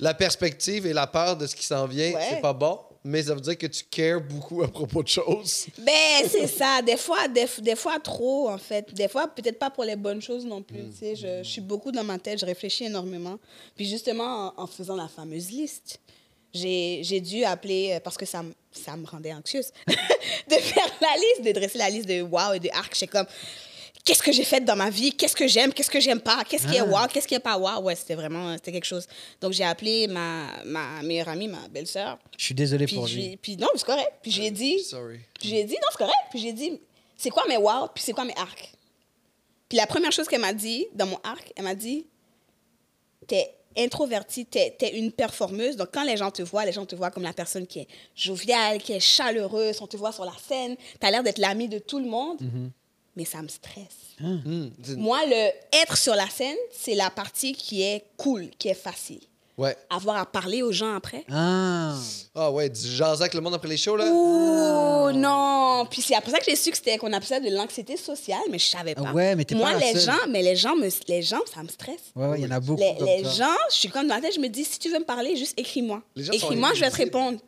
Speaker 2: la perspective et la peur de ce qui s'en vient,
Speaker 3: Ouais.
Speaker 2: c'est pas bon, mais ça veut dire que tu cares beaucoup à propos de choses.
Speaker 3: Ben, c'est ça. Des fois, des, f- des fois trop, en fait. Des fois, peut-être pas pour les bonnes choses non
Speaker 1: Mm.
Speaker 3: plus. Tu sais, je, je suis beaucoup dans ma tête, je réfléchis énormément. Puis justement, en, en faisant la fameuse liste, j'ai j'ai dû appeler, euh, parce que ça, m- ça me rendait anxieuse, de faire la liste, de dresser la liste de wow et de arc. J'ai comme, qu'est-ce que j'ai fait dans ma vie? Qu'est-ce que j'aime? Qu'est-ce que j'aime pas? Qu'est-ce qui est
Speaker 1: Ah.
Speaker 3: wow? Qu'est-ce qui est pas wow? Ouais, c'était vraiment, euh, c'était quelque chose. Donc, j'ai appelé ma, ma meilleure amie, ma belle-sœur.
Speaker 1: Je suis désolé
Speaker 3: Puis,
Speaker 1: pour lui. Euh,
Speaker 3: j'ai- puis non, c'est correct. Puis j'ai dit...
Speaker 2: Sorry.
Speaker 3: Puis j'ai dit, non, c'est correct. Puis j'ai dit, c'est quoi mes wow? Puis c'est quoi mes arcs? Puis la première chose qu'elle m'a dit dans mon arc, elle m'a dit, t'es introvertie, t'es es une performeuse. Donc quand les gens te voient, les gens te voient comme la personne qui est joviale, qui est chaleureuse. On te voit sur la scène, t'as l'air d'être l'ami de tout le monde. Mais ça me stresse.
Speaker 2: Hmm, c'est-
Speaker 3: Moi, le être sur la scène, c'est la partie qui est cool, qui est facile.
Speaker 2: Ouais.
Speaker 3: Avoir à parler aux gens après.
Speaker 1: Ah,
Speaker 2: Ah ouais, du jaser avec le monde après les shows, là?
Speaker 3: Ouh, non! Puis c'est après ça que j'ai su que c'était qu'on appelait ça de l'anxiété sociale, mais je savais pas.
Speaker 1: Ah ouais, mais t'es pas
Speaker 3: Moi,
Speaker 1: la
Speaker 3: les
Speaker 1: seule.
Speaker 3: gens, mais les gens, me, les gens, ça me stresse.
Speaker 1: ouais, ouais, il y en a beaucoup.
Speaker 3: Les,
Speaker 1: comme
Speaker 3: les
Speaker 1: ça.
Speaker 3: gens, je suis comme dans la tête, je me dis, si tu veux me parler, juste écris-moi.
Speaker 2: Les gens sont
Speaker 3: Écris-moi, je vais te
Speaker 2: imprévisibles.
Speaker 3: répondre.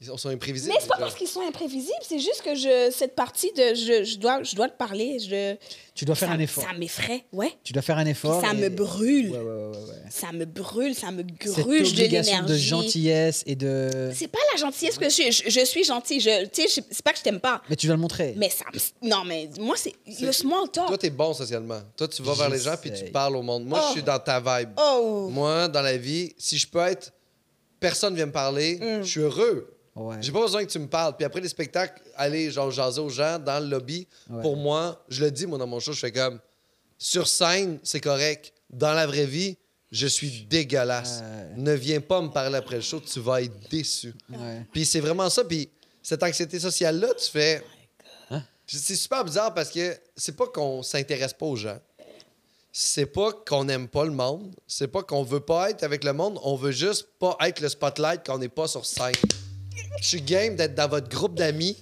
Speaker 2: Ils sont- sont imprévisibles.
Speaker 3: Mais c'est pas
Speaker 2: les gens.
Speaker 3: parce qu'ils sont imprévisibles, c'est juste que je, cette partie de je, je dois, je dois te parler, je,
Speaker 1: Tu dois faire
Speaker 3: ça,
Speaker 1: un effort.
Speaker 3: ça m'effraie, ouais.
Speaker 1: Tu dois faire un
Speaker 3: Puis
Speaker 1: effort.
Speaker 3: ça
Speaker 1: et-
Speaker 3: me brûle.
Speaker 1: Ouais, ouais, ouais, ouais, ouais.
Speaker 3: Ça me brûle, ça me
Speaker 1: Cette
Speaker 3: gruge de
Speaker 1: obligation
Speaker 3: l'énergie.
Speaker 1: de gentillesse et de.
Speaker 3: C'est pas la gentillesse que je suis. Je, je suis gentille. Je, tu sais, je- c'est pas que je t'aime pas.
Speaker 1: Mais tu dois le montrer.
Speaker 3: Mais ça me- Non, mais moi, c'est.
Speaker 2: C'est-
Speaker 3: Le small talk.
Speaker 2: Toi, t'es bon socialement. Toi, tu vas vers les gens puis tu
Speaker 1: J'essaye.
Speaker 2: parles au monde. Moi, je suis
Speaker 3: Oh.
Speaker 2: dans ta vibe.
Speaker 3: Oh!
Speaker 2: Moi, dans la vie, si je peux être. Personne vient me parler, je suis heureux.
Speaker 1: Mm. Ouais.
Speaker 2: J'ai pas besoin que tu me parles. Puis après les spectacles, aller genre jaser aux gens dans le lobby,
Speaker 1: Ouais.
Speaker 2: pour moi, je le dis, moi, dans mon show, je fais comme. Sur scène, c'est correct. Dans la vraie vie, je suis dégueulasse.
Speaker 1: Ouais.
Speaker 2: Ne viens pas me parler après le show, tu vas être déçu.
Speaker 1: Ouais.
Speaker 2: Puis c'est vraiment ça. Puis cette anxiété sociale-là, tu fais.
Speaker 1: Hein?
Speaker 2: C'est super bizarre parce que c'est pas qu'on s'intéresse pas aux gens. C'est pas qu'on aime pas le monde. C'est pas qu'on veut pas être avec le monde. On veut juste pas être le spotlight quand on n'est pas sur scène. Je suis game d'être dans votre groupe d'amis.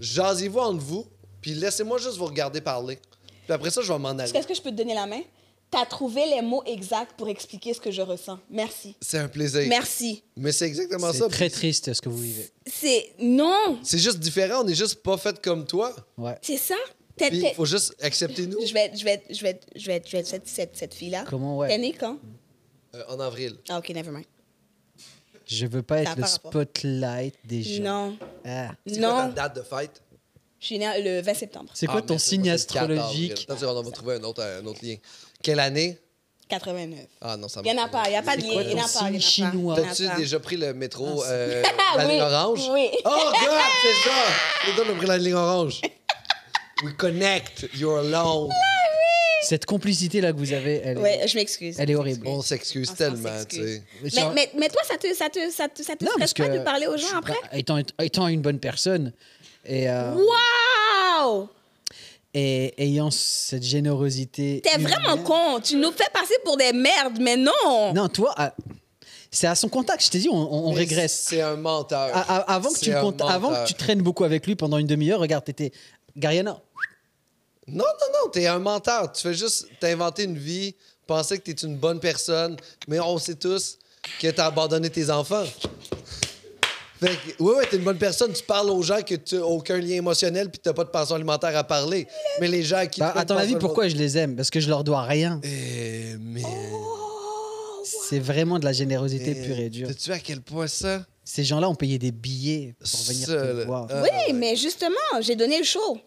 Speaker 2: Jasez-vous entre vous. Puis laissez-moi juste vous regarder parler. Puis après ça, je vais m'en
Speaker 3: Est-ce
Speaker 2: aller.
Speaker 3: que- est-ce que je peux te donner la main? T'as trouvé les mots exacts pour expliquer ce que je ressens. Merci.
Speaker 2: C'est un plaisir.
Speaker 3: Merci.
Speaker 2: Mais c'est exactement ça.
Speaker 1: C'est très triste ce que vous vivez.
Speaker 3: C'est. Non!
Speaker 2: C'est juste différent. On n'est juste pas fait comme toi.
Speaker 1: Ouais.
Speaker 3: C'est ça? T'es-
Speaker 2: Puis
Speaker 3: t'es-
Speaker 2: il faut juste accepter nous
Speaker 3: Je vais être, je vais être- je vais être- je vais être- je vais être cette, cette, cette fille-là.
Speaker 1: Comment, ouais.
Speaker 3: T'es née quand?
Speaker 2: euh, en avril.
Speaker 3: Ah, OK, never mind.
Speaker 1: Je veux pas
Speaker 3: Ça
Speaker 1: être
Speaker 3: a
Speaker 1: le
Speaker 3: pas rapport.
Speaker 1: spotlight des gens.
Speaker 3: Non.
Speaker 1: Ah.
Speaker 2: C'est quoi ta
Speaker 3: Non.
Speaker 2: date de fête?
Speaker 3: Je suis née le 20 septembre.
Speaker 1: C'est quoi
Speaker 2: Ah,
Speaker 1: ton
Speaker 2: mais
Speaker 1: signe
Speaker 2: moi, c'est le 14 avril.
Speaker 1: astrologique
Speaker 2: Attends, on va trouver un autre, un autre lien. Quelle année?
Speaker 3: 89.
Speaker 2: Ah non, ça
Speaker 3: Il n'y en a
Speaker 2: marche
Speaker 3: pas. Il n'y a pas de
Speaker 1: quoi
Speaker 3: lien. Il n'y en a
Speaker 1: ton
Speaker 3: pas. Il
Speaker 1: signe
Speaker 3: n'y en
Speaker 1: chinois?
Speaker 3: a pas. il y en a
Speaker 2: T'as-tu
Speaker 3: pas.
Speaker 2: déjà pris le métro,
Speaker 1: Ah,
Speaker 2: euh,
Speaker 3: Ah,
Speaker 2: la ligne
Speaker 3: oui.
Speaker 2: orange?
Speaker 3: Oui.
Speaker 2: Oh, God, c'est ça! Les deux ont pris la ligne orange. We connect, you're alone.
Speaker 1: Cette complicité là que vous avez, elle, est-
Speaker 3: Ouais, je m'excuse.
Speaker 1: elle est horrible.
Speaker 2: On s'excuse
Speaker 3: On
Speaker 2: tellement, tu
Speaker 3: s'excuse.
Speaker 2: sais.
Speaker 1: Mais
Speaker 3: Mais,
Speaker 1: genre-
Speaker 3: mais, mais toi, ça te, ça te, ça te, ça te stresse pas de parler aux
Speaker 1: je
Speaker 3: gens
Speaker 1: suis
Speaker 3: après?
Speaker 1: pas- étant, étant une bonne personne et, euh,
Speaker 3: Waouh!
Speaker 1: et ayant cette générosité.
Speaker 3: T'es
Speaker 1: humaine-
Speaker 3: vraiment con. Tu nous fais passer pour des merdes, mais non.
Speaker 1: Non, toi, à- c'est à son contact. Je t'ai dit, on, on- on
Speaker 2: Mais
Speaker 1: régresse.
Speaker 2: C'est un menteur.
Speaker 1: À- à- avant, que
Speaker 2: C'est
Speaker 1: tu le
Speaker 2: un
Speaker 1: comptes- avant
Speaker 2: menteur.
Speaker 1: que tu traînes beaucoup avec lui pendant une demi-heure, regarde, t'étais Gariana.
Speaker 2: Non, non, non, t'es un menteur. Tu fais juste t'inventer une vie, penser que t'es une bonne personne, mais on sait tous que t'as abandonné tes enfants. Fait que, oui, oui, t'es une bonne personne, tu parles aux gens que tu aucun lien émotionnel puis t'as pas de pension alimentaire à parler. Mais les gens à qui.
Speaker 1: Bah,
Speaker 2: tu as
Speaker 1: à
Speaker 2: une
Speaker 1: ton
Speaker 2: pension
Speaker 1: avis, pourquoi je les aime Parce que je leur dois rien.
Speaker 2: alimentaire- Eh, mais.
Speaker 3: Oh,
Speaker 1: C'est vraiment de la générosité pure Oh, et dure.
Speaker 2: T'as-tu vu à quel point ça?
Speaker 1: Ces gens-là ont payé des billets pour venir
Speaker 2: Ça,
Speaker 1: te
Speaker 2: là.
Speaker 1: voir.
Speaker 2: Ah,
Speaker 3: oui,
Speaker 2: ouais.
Speaker 3: mais justement, j'ai donné le show.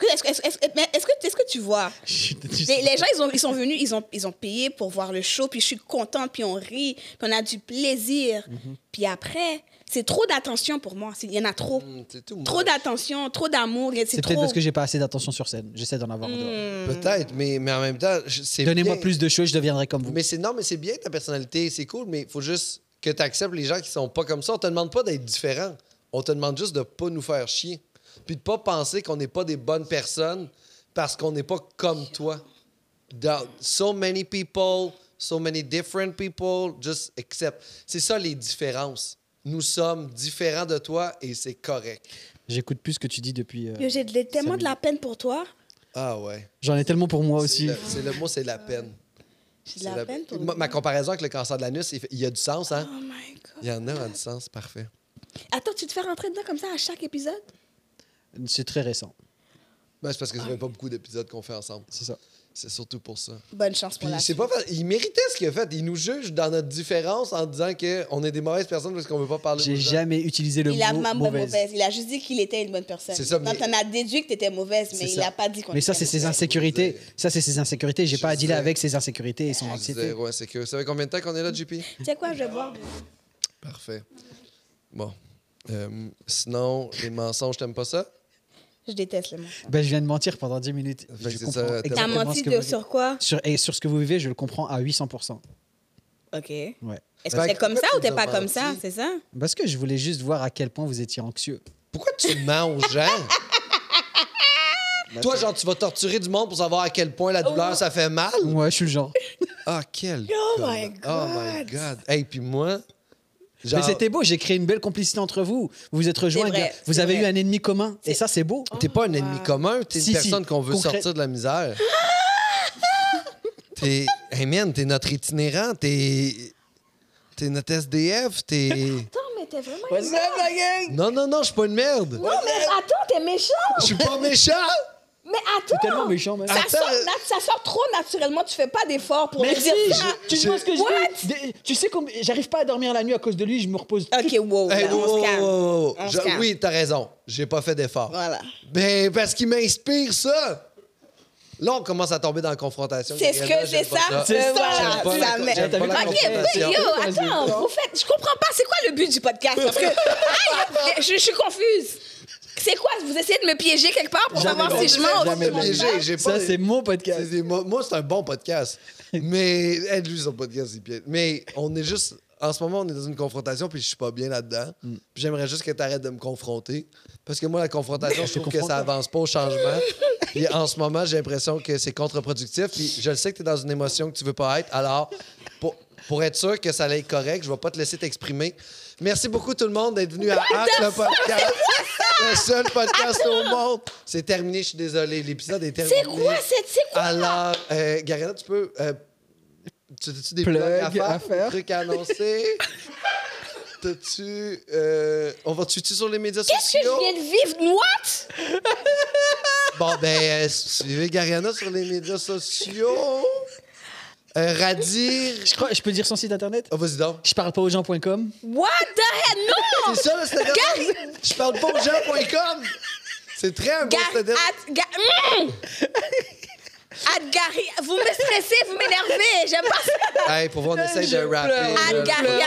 Speaker 3: Est-ce que, est-ce, que- est-ce- est-ce- mais est-ce que, est-ce que tu vois? Les, les gens, ils, ont, ils sont venus, ils ont, ils ont payé pour voir le show, puis je suis contente, puis on rit, puis on a du plaisir. Puis après, c'est trop d'attention pour moi. C'est- Il y en a trop.
Speaker 2: Mm, c'est tout.
Speaker 3: Trop d'attention, trop d'amour. C'est,
Speaker 1: C'est
Speaker 3: trop. Hmm.
Speaker 1: peut-être parce que j'ai pas assez d'attention sur scène. J'essaie d'en avoir en dehors.
Speaker 2: Peut-être, mais, mais en même temps, je- c'est
Speaker 1: Donnez-moi
Speaker 2: bien.
Speaker 1: plus de choses, je deviendrai comme vous.
Speaker 2: Mais c'est non, mais c'est bien ta personnalité, c'est cool, mais il faut juste que tu acceptes les gens qui sont pas comme ça. On te demande pas d'être différent. On te demande juste de pas nous faire chier. Puis de pas penser qu'on n'est pas des bonnes personnes parce qu'on n'est pas comme toi. Dans- so many people, so many different people, just accept. C'est ça les différences. Nous sommes différents de toi et c'est correct.
Speaker 1: J'écoute plus ce que tu dis depuis. euh,
Speaker 3: Yo, J'ai de- tellement de la peine pour toi.
Speaker 2: Ah ouais.
Speaker 1: J'en ai tellement pour moi
Speaker 2: C'est
Speaker 1: aussi.
Speaker 2: le- C'est le mot, c'est la peine.
Speaker 3: J'ai
Speaker 2: C'est
Speaker 3: de la,
Speaker 2: la-
Speaker 3: peine pour
Speaker 2: Ma, ma comparaison avec le cancer de l'anus, il fait- il y a du sens, hein?
Speaker 3: Oh my God.
Speaker 2: Il y en a, a du sens, parfait.
Speaker 3: Attends, tu te fais rentrer dedans comme ça à chaque épisode?
Speaker 1: C'est très récent.
Speaker 2: Ben, c'est parce que
Speaker 3: Ah.
Speaker 2: ça fait pas beaucoup d'épisodes qu'on fait ensemble.
Speaker 1: C'est ça.
Speaker 2: C'est surtout pour ça.
Speaker 3: Bonne chance pour
Speaker 2: Puis
Speaker 3: la
Speaker 2: c'est
Speaker 3: suite.
Speaker 2: pas fa- il méritait ce qu'il a fait. Il nous juge dans notre différence en disant que on est des mauvaises personnes parce qu'on veut pas parler.
Speaker 1: J'ai
Speaker 2: aux gens.
Speaker 1: jamais utilisé le
Speaker 3: Il
Speaker 1: mot
Speaker 3: a même pas
Speaker 1: mauvaise.
Speaker 3: mauvaise. Il a juste dit qu'il était une bonne personne.
Speaker 2: C'est ça,
Speaker 3: Quand
Speaker 2: mais-
Speaker 3: on a déduit que tu étais mauvaise, mais
Speaker 1: C'est
Speaker 3: il
Speaker 1: ça.
Speaker 3: n'a pas dit qu'on
Speaker 1: Mais ça,
Speaker 3: était
Speaker 1: c'est ses
Speaker 3: mauvaise.
Speaker 1: insécurités.
Speaker 2: Je
Speaker 1: Ça, c'est ses insécurités. J'ai
Speaker 2: Je
Speaker 1: pas à dealer
Speaker 2: sais.
Speaker 1: avec ses insécurités et son anxiété.
Speaker 2: Zéro insécure. Ça fait combien de temps qu'on est là, JP?
Speaker 3: Tu sais quoi, je vais boire.
Speaker 2: Parfait. Bon. Euh, sinon, les mensonges, t'aimes pas ça?
Speaker 3: Je déteste le monde.
Speaker 1: Ben, je viens de mentir pendant 10 minutes.
Speaker 2: Fait
Speaker 1: Je
Speaker 2: que Ah, c'est
Speaker 1: comprends
Speaker 2: ça,
Speaker 3: T'as
Speaker 1: exactement
Speaker 3: menti
Speaker 1: ce que
Speaker 3: de-
Speaker 1: vous-
Speaker 3: sur quoi?
Speaker 1: sur- Et sur ce que vous vivez, je le comprends à 800%.
Speaker 3: OK. Est-ce
Speaker 1: Ouais.
Speaker 3: que
Speaker 2: Fait
Speaker 3: t'es
Speaker 2: que
Speaker 3: comme ça
Speaker 2: pourquoi
Speaker 3: ou t'es
Speaker 2: tu
Speaker 3: pas
Speaker 2: nous as
Speaker 3: comme ça?
Speaker 2: menti?
Speaker 3: C'est ça?
Speaker 1: Parce que je voulais juste voir à quel point vous étiez anxieux.
Speaker 2: Pourquoi tu mens aux gens? Toi, genre, tu vas torturer du monde pour savoir à quel point la douleur,
Speaker 3: Oh.
Speaker 2: ça fait mal?
Speaker 1: Ouais, je suis le genre.
Speaker 2: Ah, quel...
Speaker 3: Oh
Speaker 2: con-
Speaker 3: my
Speaker 2: Oh my
Speaker 3: God.
Speaker 2: God! Hey, puis moi...
Speaker 1: Mais c'était beau, j'ai créé une belle complicité entre vous. Vous vous êtes rejoints,
Speaker 3: vrai,
Speaker 1: gars. vous
Speaker 3: c'est
Speaker 1: avez
Speaker 3: vrai.
Speaker 1: eu un ennemi commun. Et ça, c'est beau.
Speaker 2: T'es pas un ennemi
Speaker 3: wow.
Speaker 2: commun, t'es
Speaker 1: Si,
Speaker 2: une personne
Speaker 1: si,
Speaker 2: qu'on veut
Speaker 1: concret-
Speaker 2: sortir de la misère. t'es. Hey man, t'es notre itinérant, t'es. T'es notre SDF, t'es.
Speaker 3: Attends, mais t'es vraiment.
Speaker 1: What's up, la gang?
Speaker 2: Non, non, non, je suis pas une merde!
Speaker 3: Non, mais attends, t'es méchant!
Speaker 2: Je suis pas méchant!
Speaker 3: Mais
Speaker 1: T'es tellement
Speaker 3: attends!
Speaker 1: méchant, man.
Speaker 2: Ah,
Speaker 3: Ça sort, nat- ça sort trop naturellement, tu fais pas d'effort pour me dire ça.
Speaker 1: tu
Speaker 2: je-
Speaker 1: vois ce que je
Speaker 3: What?
Speaker 1: veux? Des- Tu sais combien j'arrive pas à dormir la nuit à cause de lui, je me repose.
Speaker 3: Ok, wow,
Speaker 2: Hey,
Speaker 3: là,
Speaker 2: wow,
Speaker 3: on se
Speaker 2: wow,
Speaker 3: calme.
Speaker 2: wow, wow.
Speaker 3: On se
Speaker 2: Je-
Speaker 3: calme.
Speaker 2: Oui, t'as raison, j'ai pas fait d'effort.
Speaker 3: Voilà.
Speaker 2: Ben, parce qu'il m'inspire ça! Là, on commence à tomber dans la confrontation.
Speaker 3: C'est ce
Speaker 2: Gabriella,
Speaker 3: que
Speaker 2: j'aime
Speaker 3: c'est
Speaker 2: pas
Speaker 3: ça.
Speaker 1: C'est
Speaker 3: euh,
Speaker 1: ça,
Speaker 3: Voilà.
Speaker 1: j'aime pas
Speaker 2: la-
Speaker 3: ça met-
Speaker 2: j'aime pas la
Speaker 3: Ok,
Speaker 2: confrontation.
Speaker 3: mais yo, attends, vous faites, je comprends pas. C'est quoi le but du podcast Parce que Hey, je, je suis confuse. C'est quoi Vous essayez de me piéger quelque part pour
Speaker 1: Jamais
Speaker 3: savoir
Speaker 1: bon.
Speaker 3: si je mens ou
Speaker 1: Jamais
Speaker 3: si je
Speaker 1: bon.
Speaker 3: mens
Speaker 2: Piégé,
Speaker 3: pas
Speaker 2: j'ai pas-
Speaker 1: Ça, c'est mon
Speaker 2: C'est
Speaker 1: podcast.
Speaker 2: des- moi, moi, c'est un bon podcast. Mais aide lui son podcast, il piège. Mais on est juste. En ce moment, on est dans une confrontation, puis je suis pas bien là-dedans.
Speaker 3: Hmm.
Speaker 2: Puis j'aimerais juste que tu arrêtes de me confronter. Parce que moi, la confrontation, je trouve que ça avance pas au changement. Puis en ce moment, j'ai l'impression que c'est contre-productif. Puis je le sais que tu es dans une émotion que tu veux pas être. Alors, pour, pour être sûr que ça allait être correct, je vais pas te laisser t'exprimer. Merci beaucoup, tout le monde, d'être venu à Hack, le podcast. Le seul podcast au monde. C'est terminé, je suis désolé. L'épisode est terminé.
Speaker 3: C'est quoi cette C'est quoi
Speaker 2: Alors, euh, Gabriella, tu peux. euh, tu as-tu des
Speaker 1: Plug
Speaker 2: plugs à faire,
Speaker 1: à faire.
Speaker 2: des trucs à annoncer? T'as-tu. euh, on va tu sur les médias
Speaker 3: Qu'est-ce que
Speaker 2: sociaux?
Speaker 3: je viens de vivre What
Speaker 2: Bon, ben, euh, suivez Gabriella sur les médias sociaux. Euh, Radir.
Speaker 1: Je crois, je peux dire son site internet?
Speaker 2: Oh, vas-y donc.
Speaker 1: Je parle pas aux gens.com.
Speaker 3: What the hell Non
Speaker 2: C'est ça, là, c'est Je parle pas aux gens.com. C'est très un bon
Speaker 3: Gar-
Speaker 2: c'est-à-dire-
Speaker 3: at- ga- Mm! At Gary, vous me stressez, vous m'énervez, j'aime pas ça.
Speaker 2: Hey, pour voir, on essaye
Speaker 1: Je
Speaker 2: de
Speaker 1: pleure.
Speaker 2: rapper.
Speaker 3: At
Speaker 2: là.
Speaker 3: Garian.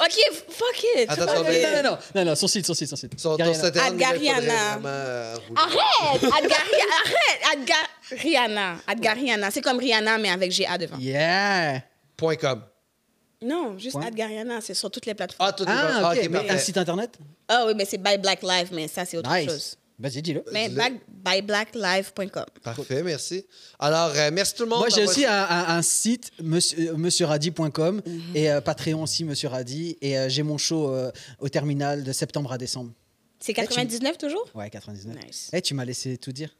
Speaker 3: OK, f- fuck it.
Speaker 2: Attends,
Speaker 1: Non,
Speaker 2: attends,
Speaker 1: non,
Speaker 2: mais-
Speaker 1: non, non, non, non, son site, son site, Ah, son site.
Speaker 2: Son- ton
Speaker 1: Gabriella.
Speaker 2: site internet, il faudrait
Speaker 3: Adgariana.
Speaker 2: vraiment, euh, rouler.
Speaker 3: Arrête! Adgariana, arrête! Adgariana. Adgariana. C'est comme Rihanna, mais avec GA devant.
Speaker 1: Yeah!
Speaker 2: Point .com.
Speaker 3: Non, juste
Speaker 1: Point.
Speaker 3: Adgariana, c'est sur toutes les plateformes.
Speaker 2: Ah, tout est bon.
Speaker 1: Ah, ok, mais
Speaker 2: parfait.
Speaker 1: un site internet?
Speaker 3: Ah oui, mais c'est By Black Live, mais ça, c'est autre chose.
Speaker 1: Nice. Vas-y, dis-le.
Speaker 3: Mais
Speaker 2: Dis-le.
Speaker 3: back- byBlackLive.com.
Speaker 2: Parfait, merci. Alors, euh, merci tout le monde.
Speaker 1: Moi, j'ai
Speaker 2: d'avoir-
Speaker 1: aussi un, un- un site, monsieur, euh, monsieurradi.com, et euh, Patreon aussi, Monsieur Radi. Et euh, j'ai mon show euh, au terminal de septembre à décembre.
Speaker 3: C'est
Speaker 1: tu-
Speaker 3: 99 toujours?
Speaker 1: Ouais, 99.
Speaker 3: Nice.
Speaker 1: Eh, tu m'as laissé tout dire.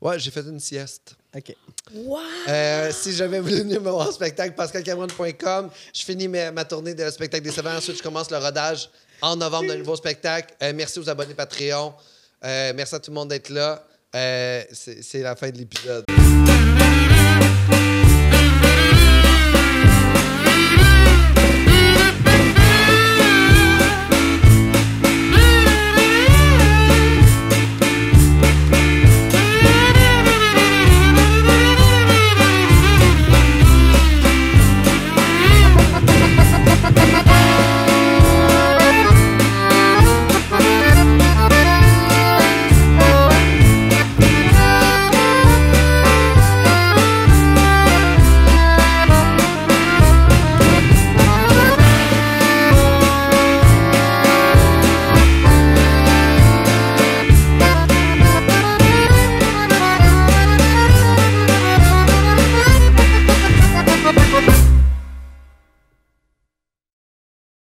Speaker 2: Ouais, j'ai fait une sieste.
Speaker 1: Ok.
Speaker 3: Wow!
Speaker 2: Euh, si jamais vous voulez venir me voir en spectacle, pascalcameron.com. Je finis ma, ma tournée de spectacle des savants. Ensuite, je commence le rodage en novembre d'un nouveau spectacle. Euh, merci aux abonnés Patreon. Euh, merci à tout le monde d'être là. Euh, C'est c'est la fin de l'épisode.